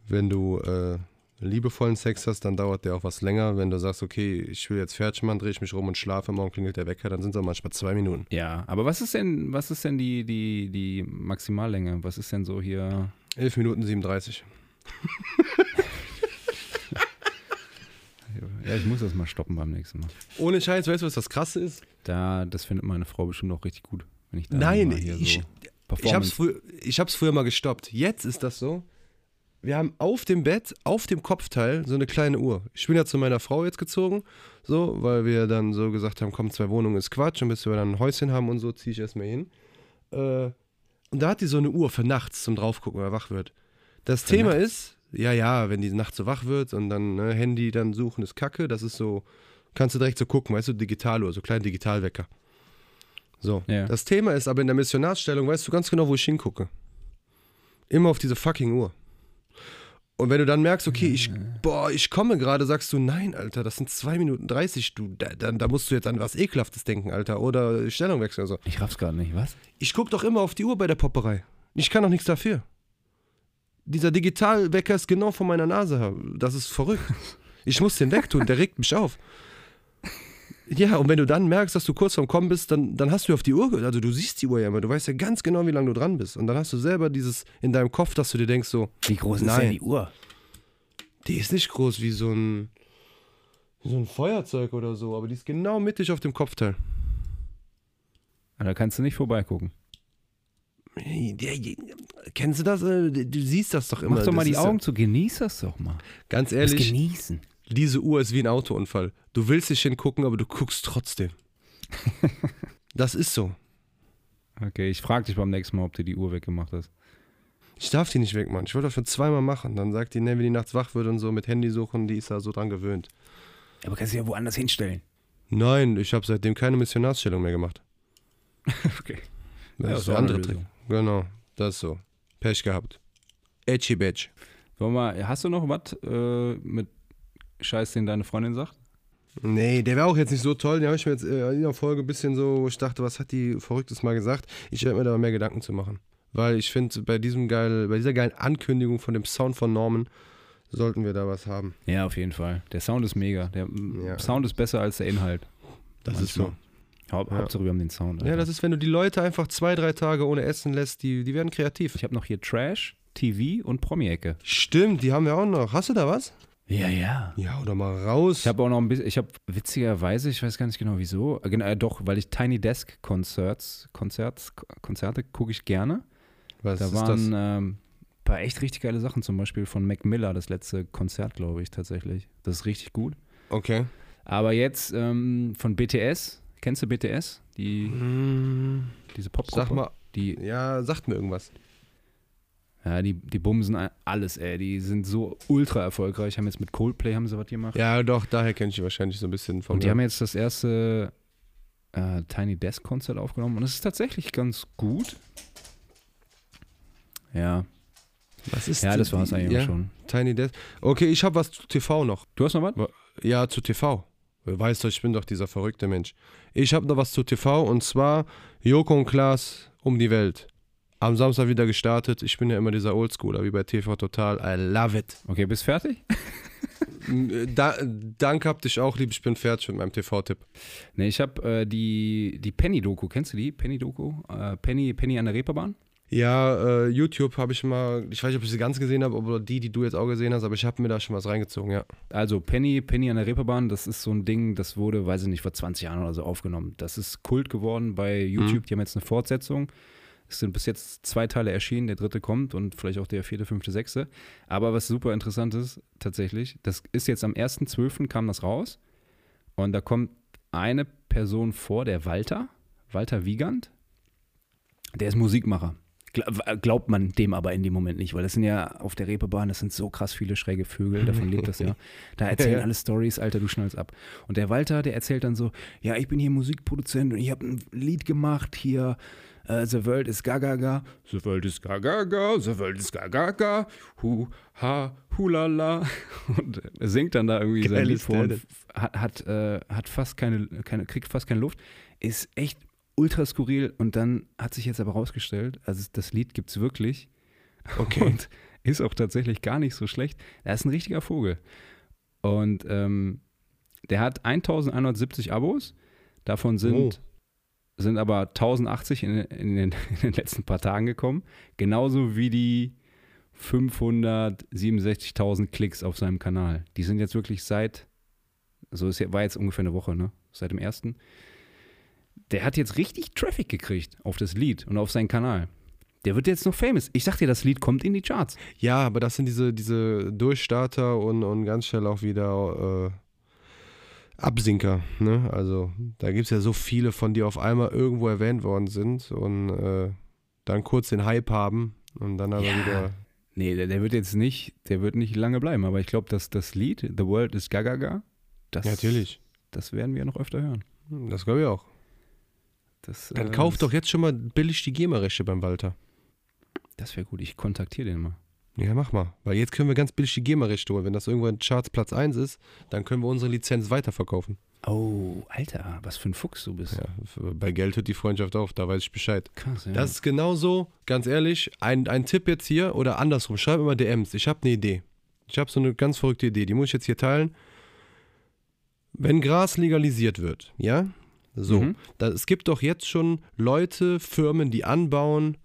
[SPEAKER 3] wenn du äh, liebevollen Sex hast, dann dauert der auch was länger. Wenn du sagst, okay, ich will jetzt fertig machen, drehe ich mich rum und schlafe, morgen klingelt der Wecker, dann sind es auch manchmal zwei Minuten.
[SPEAKER 4] Ja, aber was ist denn, was ist denn die, die, die Maximallänge? Was ist denn so hier?
[SPEAKER 3] 11 Minuten 37.
[SPEAKER 4] Ja, ich muss das mal stoppen beim nächsten Mal.
[SPEAKER 3] Ohne Scheiß, weißt du, was das Krasse ist?
[SPEAKER 4] Da, das findet meine Frau bestimmt auch richtig gut, wenn ich da
[SPEAKER 3] Nein,
[SPEAKER 4] mal hier
[SPEAKER 3] ich-
[SPEAKER 4] so
[SPEAKER 3] Ich hab's,
[SPEAKER 4] Performance.
[SPEAKER 3] frü ich hab's früher mal gestoppt. Jetzt ist das so. Wir haben auf dem Bett, auf dem Kopfteil, so eine kleine Uhr. Ich bin ja zu meiner Frau jetzt gezogen, so, weil wir dann so gesagt haben, komm, zwei Wohnungen ist Quatsch und bis wir dann ein Häuschen haben und so, ziehe ich erstmal hin. Äh, Und da hat die so eine Uhr für nachts zum draufgucken, wenn er wach wird. Das Thema ist, ja, ja, wenn die nachts so wach wird und dann ne, Handy dann suchen ist kacke, das ist so, kannst du direkt so gucken, weißt du, Digitaluhr, so kleinen Digitalwecker. So,
[SPEAKER 4] Ja.
[SPEAKER 3] das Thema ist aber in der Missionarstellung, weißt du ganz genau, wo ich hingucke. Immer auf diese fucking Uhr. Und wenn du dann merkst, okay, ich, boah, ich komme gerade, sagst du, nein, Alter, das sind 2 Minuten 30, du, da, da, da musst du jetzt an was Ekelhaftes denken, Alter, oder Stellung wechseln oder so.
[SPEAKER 4] Ich raff's gerade nicht, was?
[SPEAKER 3] Ich gucke doch immer auf die Uhr bei der Popperei. Ich kann doch nichts dafür. Dieser Digitalwecker ist genau vor meiner Nase. her. Das ist verrückt. Ich muss den wegtun, der regt mich auf. Ja, und wenn du dann merkst, dass du kurz vorm Kommen bist, dann, dann hast du auf die Uhr, ge- also du siehst die Uhr ja immer, du weißt ja ganz genau, wie lange du dran bist. Und dann hast du selber dieses in deinem Kopf, dass du dir denkst so,
[SPEAKER 4] Wie groß
[SPEAKER 3] Nein.
[SPEAKER 4] Uhr?
[SPEAKER 3] die ist nicht groß wie so ein, wie so ein Feuerzeug oder so, aber die ist genau mittig auf dem Kopfteil.
[SPEAKER 4] Ah, Da kannst du nicht vorbeigucken.
[SPEAKER 3] Kennst du das? Äh, Du siehst das doch immer.
[SPEAKER 4] Mach doch mal
[SPEAKER 3] Das
[SPEAKER 4] die
[SPEAKER 3] ist ja-
[SPEAKER 4] Augen zu, genieß das doch mal.
[SPEAKER 3] Ganz
[SPEAKER 4] Das
[SPEAKER 3] ehrlich,
[SPEAKER 4] genießen.
[SPEAKER 3] diese Uhr ist wie ein Autounfall. Du willst nicht hingucken, aber du guckst trotzdem. das ist so.
[SPEAKER 4] Okay, ich frag dich beim nächsten Mal, ob du die Uhr weggemacht hast.
[SPEAKER 3] Ich darf die nicht wegmachen. Ich wollte das schon zweimal machen. Dann sagt die, ne, wenn die nachts wach wird und so mit Handy suchen, die ist da so dran gewöhnt.
[SPEAKER 4] Aber kannst du ja woanders hinstellen.
[SPEAKER 3] Nein, ich habe seitdem keine Missionarsstellung mehr gemacht.
[SPEAKER 4] Okay.
[SPEAKER 3] Das
[SPEAKER 4] Ja,
[SPEAKER 3] ist
[SPEAKER 4] ist
[SPEAKER 3] der
[SPEAKER 4] auch eine
[SPEAKER 3] andere Trick.
[SPEAKER 4] Lösung.
[SPEAKER 3] Genau, das ist so. Pech gehabt. Edgy Badge.
[SPEAKER 4] Sag mal, hast du noch was äh, mit Scheiß, den deine Freundin sagt?
[SPEAKER 3] Nee, der wäre auch jetzt nicht so toll. Den habe ich mir jetzt äh, in der Folge ein bisschen so, wo ich dachte, was hat die Verrücktes mal gesagt? Ich werde mir da mehr Gedanken zu machen. Weil ich finde, bei diesem geil, bei dieser geilen Ankündigung von dem Sound von Norman sollten wir da was haben.
[SPEAKER 4] Ja, auf jeden Fall. Der Sound ist mega. Der m,
[SPEAKER 3] Ja.
[SPEAKER 4] Sound ist besser als der Inhalt.
[SPEAKER 3] Das
[SPEAKER 4] ist so. Haupt, Hauptsache, wir haben den Sound.
[SPEAKER 3] Ja,
[SPEAKER 4] Alter.
[SPEAKER 3] das ist, wenn du die Leute einfach zwei, drei Tage ohne Essen lässt, die, die werden kreativ.
[SPEAKER 4] ich habe noch hier Trash, TV und Promi-Ecke.
[SPEAKER 3] Stimmt, die haben wir auch noch. Hast du da was?
[SPEAKER 4] Ja, ja.
[SPEAKER 3] Ja, oder mal raus.
[SPEAKER 4] Ich habe auch noch ein bisschen, ich habe witzigerweise, ich weiß gar nicht genau wieso, äh, genau, äh, doch, weil ich Tiny Desk Konzerts, Konzerts, Ko- Konzerte gucke ich gerne.
[SPEAKER 3] was
[SPEAKER 4] Da
[SPEAKER 3] ist
[SPEAKER 4] waren
[SPEAKER 3] das?
[SPEAKER 4] ähm, ein paar echt richtig geile Sachen, zum Beispiel von Mac Miller, das letzte Konzert, glaube ich, tatsächlich. Das ist richtig gut.
[SPEAKER 3] Okay.
[SPEAKER 4] Aber jetzt ähm, von BTS, kennst du BTS? Die,
[SPEAKER 3] Hm,
[SPEAKER 4] diese Popgruppe.
[SPEAKER 3] Sag mal,
[SPEAKER 4] Die,
[SPEAKER 3] ja, sagt mir irgendwas.
[SPEAKER 4] ja, die, die bumsen a- alles, ey. Die sind so ultra erfolgreich. Haben jetzt mit Coldplay haben sie was gemacht.
[SPEAKER 3] Ja, doch, daher kenne ich die wahrscheinlich so ein bisschen von.
[SPEAKER 4] Und die haben jetzt das erste äh, Tiny Desk Konzert aufgenommen und es ist tatsächlich ganz gut. Ja,
[SPEAKER 3] was ist
[SPEAKER 4] ja,
[SPEAKER 3] die-
[SPEAKER 4] das war es eigentlich
[SPEAKER 3] ja?
[SPEAKER 4] auch schon.
[SPEAKER 3] Tiny Desk. Okay, ich habe was zu TV noch.
[SPEAKER 4] Du hast noch was?
[SPEAKER 3] Ja, zu TV. Weißt du, ich bin doch dieser verrückte Mensch. Ich habe noch was zu TV und zwar Joko und Klaas um die Welt. Am Samstag wieder gestartet. Ich bin ja immer dieser Oldschooler, wie bei TV Total. I love it.
[SPEAKER 4] Okay, bist fertig?
[SPEAKER 3] M, Da, danke habt dich auch lieb. Ich bin fertig mit meinem TV-Tipp.
[SPEAKER 4] Ne, ich habe äh, die, die Penny-Doku, kennst du die? Penny-Doku? Äh, Penny, Penny an der Reeperbahn?
[SPEAKER 3] Ja, äh, YouTube habe ich mal, ich weiß nicht, ob ich sie ganz gesehen habe oder die, die du jetzt auch gesehen hast, aber ich habe mir da schon was reingezogen, ja.
[SPEAKER 4] Also Penny, Penny an der Reeperbahn, das ist so ein Ding, das wurde, weiß ich nicht, vor 20 Jahren oder so aufgenommen. Das ist Kult geworden bei YouTube. Die haben jetzt eine Fortsetzung. Es sind bis jetzt zwei Teile erschienen, der dritte kommt und vielleicht auch der vierte, fünfte, sechste. Aber was super interessant ist, tatsächlich, das ist jetzt am 1.12. kam das raus und da kommt eine Person vor, der Walter, Walter Wiegand, der ist Musikmacher. Gla- äh, Glaubt man dem aber in dem Moment nicht, weil das sind ja auf der Reeperbahn, das sind so krass viele schräge Vögel, davon lebt das ja. Da erzählen alle Stories, Alter, du schnallst ab. Und der Walter, der erzählt dann so, ja, ich bin hier Musikproduzent und ich habe ein Lied gemacht hier, äh, The World is Gagaga. The World is Gagaga, The World is Gagaga, hu, ha, hulala. Und singt dann da irgendwie sein
[SPEAKER 3] Geil
[SPEAKER 4] Lied
[SPEAKER 3] ist
[SPEAKER 4] vor
[SPEAKER 3] der
[SPEAKER 4] und
[SPEAKER 3] denn.
[SPEAKER 4] hat, hat, äh, hat fast keine, keine, kriegt fast keine Luft, ist echt ultra skurril und dann hat sich jetzt aber rausgestellt, also das Lied gibt's wirklich
[SPEAKER 3] Okay.
[SPEAKER 4] und ist auch tatsächlich gar nicht so schlecht. Er ist ein richtiger Vogel und ähm, der hat 1170 Abos, davon sind,
[SPEAKER 3] Oh.
[SPEAKER 4] sind aber 1080 in, in, den, in den letzten paar Tagen gekommen, genauso wie die 567.000 Klicks auf seinem Kanal. Die sind jetzt wirklich seit, so ist, ja- war jetzt ungefähr eine Woche, ne? Seit dem ersten. Der hat jetzt richtig Traffic gekriegt auf das Lied und auf seinen Kanal. Der wird jetzt noch famous. Ich sag dir, das Lied kommt in die Charts.
[SPEAKER 3] Ja, aber das sind diese, diese Durchstarter und, und ganz schnell auch wieder äh, Absinker. Ne? Also da gibt es ja so viele von, die auf einmal irgendwo erwähnt worden sind und äh, dann kurz den Hype haben und dann aber
[SPEAKER 4] Ja.
[SPEAKER 3] wieder.
[SPEAKER 4] Nee, der, der wird jetzt nicht, der wird nicht lange bleiben, aber ich glaube, dass das Lied The World is Gagaga, das,
[SPEAKER 3] Ja, natürlich.
[SPEAKER 4] das werden wir noch öfter hören.
[SPEAKER 3] Das glaube ich auch.
[SPEAKER 4] Das,
[SPEAKER 3] Dann
[SPEAKER 4] äh,
[SPEAKER 3] kauft
[SPEAKER 4] das,
[SPEAKER 3] doch jetzt schon mal billig die GEMA-Rechte beim Walter.
[SPEAKER 4] Das wäre gut, ich kontaktiere den mal.
[SPEAKER 3] Ja, mach mal. Weil jetzt können wir ganz billig die GEMA-Rechte holen. Wenn das irgendwann Charts Platz 1 ist, dann können wir unsere Lizenz weiterverkaufen.
[SPEAKER 4] Oh, Alter, was für ein Fuchs du bist.
[SPEAKER 3] Ja, f- bei Geld hört die Freundschaft auf, da weiß ich Bescheid.
[SPEAKER 4] Krass, ja.
[SPEAKER 3] Das ist genauso, ganz ehrlich, ein, ein Tipp jetzt hier oder andersrum, schreib immer DMs. Ich habe eine Idee. Ich habe so eine ganz verrückte Idee, die muss ich jetzt hier teilen. Wenn Gras legalisiert wird, ja? So,
[SPEAKER 4] Mhm.
[SPEAKER 3] da, es gibt doch jetzt schon Leute, Firmen, die anbauen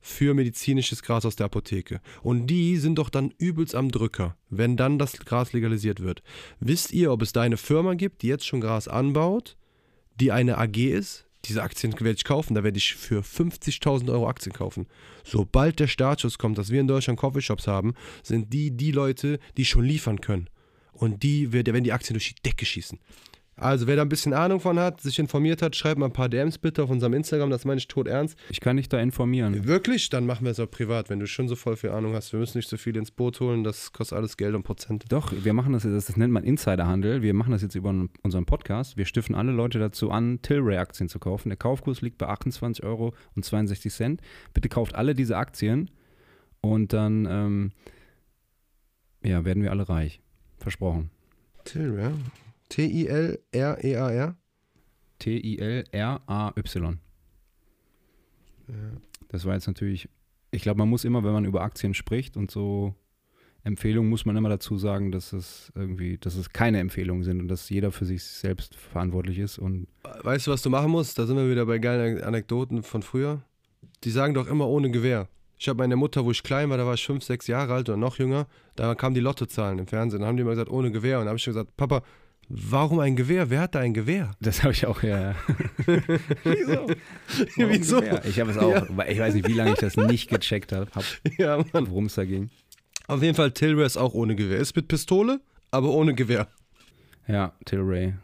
[SPEAKER 3] für medizinisches Gras aus der Apotheke. Und die sind doch dann übelst am Drücker, wenn dann das Gras legalisiert wird. Wisst ihr, ob es da eine Firma gibt, die jetzt schon Gras anbaut, die eine AG ist? Diese Aktien werde ich kaufen, da werde ich für 50.000 Euro Aktien kaufen. Sobald der Startschuss kommt, dass wir in Deutschland Coffeeshops haben, sind die die Leute, die schon liefern können. Und die wird- da werden die Aktien durch die Decke schießen. Also wer da ein bisschen Ahnung von hat, sich informiert hat, schreibt mal ein paar DMs bitte auf unserem Instagram, das meine ich tot ernst.
[SPEAKER 4] ich kann dich da informieren.
[SPEAKER 3] Wirklich? Dann machen wir es auch privat, wenn du schon so voll viel Ahnung hast. Wir müssen nicht so viel ins Boot holen, das kostet alles Geld und Prozente.
[SPEAKER 4] Doch, wir machen das, das, das nennt man Insiderhandel. Wir machen das jetzt über unseren Podcast. Wir stiften alle Leute dazu an, Tilray-Aktien zu kaufen. Der Kaufkurs liegt bei 28,62 Euro. Bitte kauft alle diese Aktien und dann ähm, ja, werden wir alle reich. Versprochen.
[SPEAKER 3] Tilray? T-I-L-R-E-A-R?
[SPEAKER 4] T-I-L-R-A-Y. Das war jetzt natürlich, ich glaube, man muss immer, wenn man über Aktien spricht und so Empfehlungen, muss man immer dazu sagen, dass es irgendwie, dass es keine Empfehlungen sind und dass jeder für sich selbst verantwortlich ist. Und
[SPEAKER 3] Weißt du, was du machen musst? Da sind wir wieder bei geilen Anekdoten von früher. Die sagen doch immer ohne Gewehr. Ich habe meine Mutter, wo ich klein war, da war ich fünf, sechs Jahre alt oder noch jünger, da kamen die Lottozahlen im Fernsehen. Dann haben die immer gesagt, ohne Gewehr. Und da habe ich schon gesagt, Papa, warum ein Gewehr? Wer hat da ein Gewehr?
[SPEAKER 4] das habe ich auch, ja. Wieso?
[SPEAKER 3] Wieso?
[SPEAKER 4] Ich habe es auch, weil ich weiß nicht, wie lange ich das nicht gecheckt habe, hab,
[SPEAKER 3] Ja, Mann.
[SPEAKER 4] worum es da ging.
[SPEAKER 3] Auf jeden Fall, Tilray ist auch ohne Gewehr. Ist mit Pistole, aber ohne Gewehr.
[SPEAKER 4] Ja, Tilray.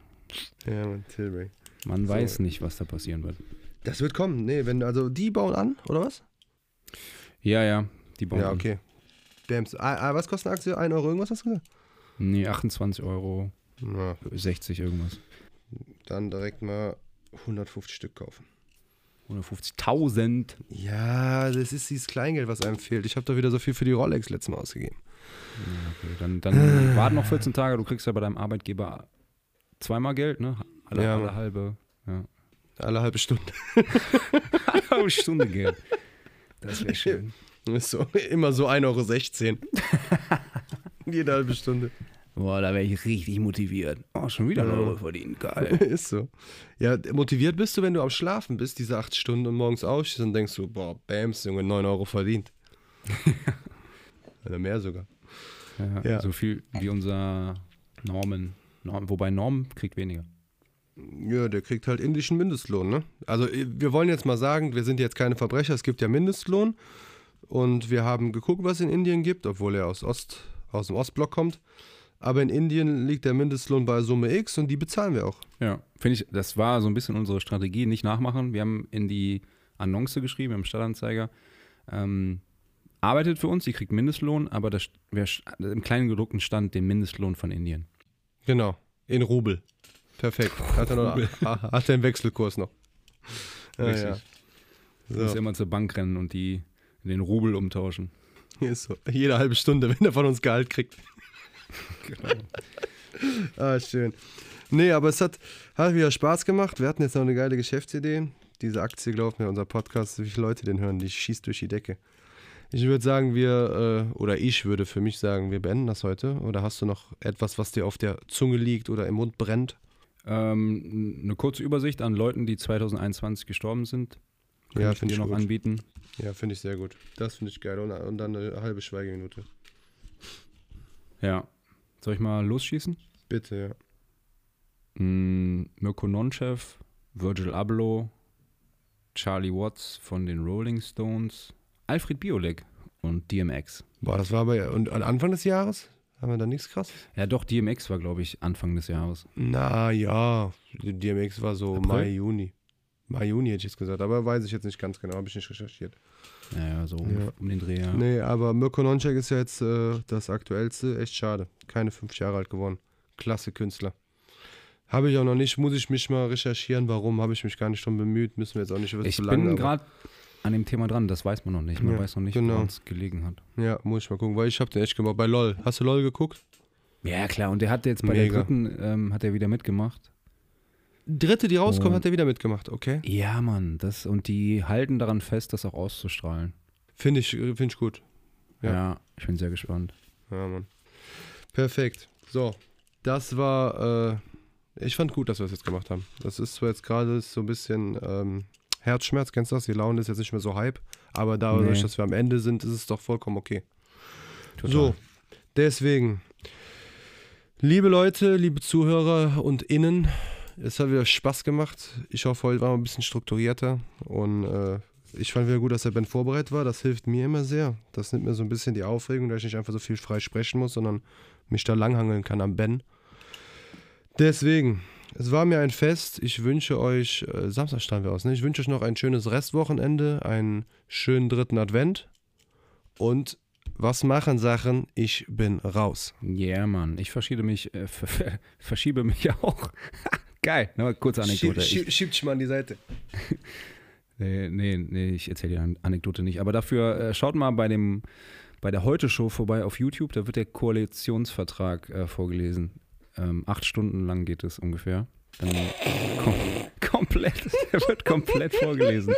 [SPEAKER 3] Ja, Mann, Tilray.
[SPEAKER 4] Man weiß nicht, was da passieren wird.
[SPEAKER 3] Das wird kommen. Nee, wenn, also die bauen an, oder was?
[SPEAKER 4] Ja, ja, die Bomben.
[SPEAKER 3] Ja, okay. Dams. Ah, ah, was kostet eine Aktie? 1 Euro irgendwas, hast du gesagt?
[SPEAKER 4] Nee, 28 Euro,
[SPEAKER 3] Na,
[SPEAKER 4] 60 irgendwas.
[SPEAKER 3] dann direkt mal 150 Stück kaufen.
[SPEAKER 4] 150.000.
[SPEAKER 3] Ja, das ist dieses Kleingeld, was einem fehlt. Ich habe doch wieder so viel für die Rolex letztes Mal ausgegeben.
[SPEAKER 4] Okay, dann dann warten noch 14 Tage, du kriegst ja bei deinem Arbeitgeber zweimal Geld, ne? Alle,
[SPEAKER 3] Ja.
[SPEAKER 4] alle halbe. Ja.
[SPEAKER 3] Alle halbe Stunde.
[SPEAKER 4] Halbe Stunde Geld. Das wäre schön.
[SPEAKER 3] Ist so, immer so 1,16 Euro. Jede halbe Stunde.
[SPEAKER 4] Boah, da wäre ich richtig motiviert. Oh, schon wieder einen Euro verdient. Geil.
[SPEAKER 3] Ist so. Ja, motiviert bist du, wenn du am Schlafen bist, diese acht Stunden und morgens aufstehst und denkst du, boah, Bams, Junge, 9 Euro verdient. Oder mehr sogar.
[SPEAKER 4] Ja,
[SPEAKER 3] Ja.
[SPEAKER 4] So viel wie unser Norman. Norm, wobei Norm kriegt weniger.
[SPEAKER 3] Ja, der kriegt halt indischen Mindestlohn, ne? Also äh, wir wollen jetzt mal sagen, wir sind jetzt keine Verbrecher, es gibt ja Mindestlohn und wir haben geguckt, was es in Indien gibt, obwohl er aus Ost aus dem Ostblock kommt, aber in Indien liegt der Mindestlohn bei Summe X und die bezahlen wir auch.
[SPEAKER 4] Ja, finde ich, das war so ein bisschen unsere Strategie, nicht nachmachen. Wir haben in die Annonce geschrieben, im Stadtanzeiger, ähm, arbeitet für uns, ihr kriegt Mindestlohn, aber das, wer, im kleinen gedruckten stand den Mindestlohn von Indien.
[SPEAKER 3] Genau, in Rubel. Perfekt. Hat er, noch,
[SPEAKER 4] Rubel.
[SPEAKER 3] ha- hat er einen Wechselkurs noch. Ja,
[SPEAKER 4] Richtig.
[SPEAKER 3] ja.
[SPEAKER 4] Du musst
[SPEAKER 3] So.
[SPEAKER 4] immer zur Bank rennen und die in den Rubel umtauschen.
[SPEAKER 3] Ist so. Jede halbe Stunde, wenn er von uns Gehalt kriegt. Genau. ah, schön. Nee, aber es hat, hat wieder Spaß gemacht. Wir hatten jetzt noch eine geile Geschäftsidee. Diese Aktie, glaubt mir, unser Podcast, wie viele Leute den hören, die schießt durch die Decke. Ich würde sagen, wir, äh, oder ich würde für mich sagen, wir beenden das heute. Oder hast du noch etwas, was dir auf der Zunge liegt oder im Mund brennt?
[SPEAKER 4] Ähm, eine kurze Übersicht an Leuten, die 2021 gestorben sind. Kann
[SPEAKER 3] Ja,
[SPEAKER 4] ich
[SPEAKER 3] finde
[SPEAKER 4] dir
[SPEAKER 3] ich
[SPEAKER 4] noch
[SPEAKER 3] gut.
[SPEAKER 4] anbieten.
[SPEAKER 3] Ja, finde ich sehr gut. Das finde ich geil. Und, und dann eine halbe Schweigeminute.
[SPEAKER 4] Ja. Soll ich mal losschießen?
[SPEAKER 3] Bitte, ja.
[SPEAKER 4] Mm, Mirko Nonchev, Virgil Abloh, Charlie Watts von den Rolling Stones, Alfred Biolek und DMX.
[SPEAKER 3] Boah, das war aber, und an Anfang des Jahres haben wir da nichts krasses?
[SPEAKER 4] Ja, doch, DMX war, glaube ich, Anfang des Jahres.
[SPEAKER 3] Na ja, DMX war so
[SPEAKER 4] April?
[SPEAKER 3] Mai, Juni. Mai, Juni hätte ich jetzt gesagt, aber weiß ich jetzt nicht ganz genau, habe ich nicht recherchiert.
[SPEAKER 4] Naja, so um,
[SPEAKER 3] Ja.
[SPEAKER 4] um den Dreh, ja.
[SPEAKER 3] Nee, aber Mirko Nonchek ist ja jetzt äh, das aktuellste. Echt schade. Keine fünf Jahre alt geworden. Klasse Künstler. Habe ich auch noch nicht, muss ich mich mal recherchieren, warum, habe ich mich gar nicht schon bemüht, müssen wir jetzt auch nicht über
[SPEAKER 4] Ich
[SPEAKER 3] zu lange.
[SPEAKER 4] bin
[SPEAKER 3] aber-
[SPEAKER 4] gerade an dem Thema dran, das weiß man noch nicht. Man
[SPEAKER 3] Ja,
[SPEAKER 4] weiß noch nicht,
[SPEAKER 3] genau.
[SPEAKER 4] woran es gelegen hat.
[SPEAKER 3] Ja, muss ich mal gucken, weil ich habe den echt gemacht. Bei LOL. Hast du LOL geguckt?
[SPEAKER 4] Ja, klar. Und der hat jetzt bei
[SPEAKER 3] Mega.
[SPEAKER 4] der dritten, ähm, hat er wieder mitgemacht.
[SPEAKER 3] Dritte, die rauskommt,
[SPEAKER 4] Und-
[SPEAKER 3] hat er wieder mitgemacht, okay?
[SPEAKER 4] Ja, Mann. Das, und die halten daran fest, das auch auszustrahlen.
[SPEAKER 3] Finde ich, äh, find ich gut. Ja.
[SPEAKER 4] Ja. ich bin sehr gespannt.
[SPEAKER 3] Ja, Mann. Perfekt. So, das war, äh, ich fand gut, dass wir das jetzt gemacht haben. Das ist zwar jetzt gerade so ein bisschen ähm, Herzschmerz, kennst du das? Die Laune ist jetzt nicht mehr so hype, aber dadurch,
[SPEAKER 4] Nee.
[SPEAKER 3] dass wir am Ende sind, ist es doch vollkommen okay.
[SPEAKER 4] Total.
[SPEAKER 3] So, deswegen, liebe Leute, liebe Zuhörer und Innen, es hat wieder Spaß gemacht. Ich hoffe, heute waren wir ein bisschen strukturierter und äh, ich fand wieder gut, dass der Ben vorbereitet war. Das hilft mir immer sehr. Das nimmt mir so ein bisschen die Aufregung, dass ich nicht einfach so viel frei sprechen muss, sondern mich da langhangeln kann am Ben. Deswegen, es war mir ein Fest. Ich wünsche euch, äh, Samstag standen wir aus, ne? Ich wünsche euch noch ein schönes Restwochenende, einen schönen dritten Advent und was machen Sachen? Ich bin raus.
[SPEAKER 4] Yeah, Mann. Ich verschiebe mich, äh, ver- ver verschiebe mich auch. Geil. Nur eine kurze Anekdote. Ich-
[SPEAKER 3] schieb dich mal an die Seite.
[SPEAKER 4] Nee, nee, nee ich erzähle die An- Anekdote nicht. Aber dafür äh, schaut mal bei dem bei der Heute-Show vorbei auf YouTube, da wird der Koalitionsvertrag äh, vorgelesen. Ähm, acht Stunden lang geht es ungefähr. Dann kom komplett, der wird komplett vorgelesen.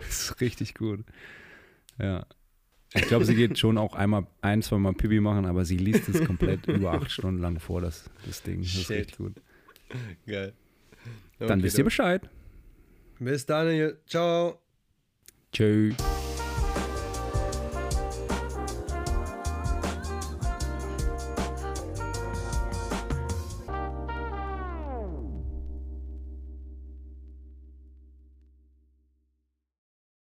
[SPEAKER 4] Das ist richtig gut. Ja. Ich glaube, sie geht schon auch einmal, ein, zwei Mal Pipi machen, aber sie liest es komplett über acht Stunden lang vor, das, das Ding. Das ist
[SPEAKER 3] Shit.
[SPEAKER 4] richtig gut.
[SPEAKER 3] Geil.
[SPEAKER 4] Dann wisst ihr Bescheid.
[SPEAKER 3] Bis dann. ihr- Ciao.
[SPEAKER 4] Tschüss.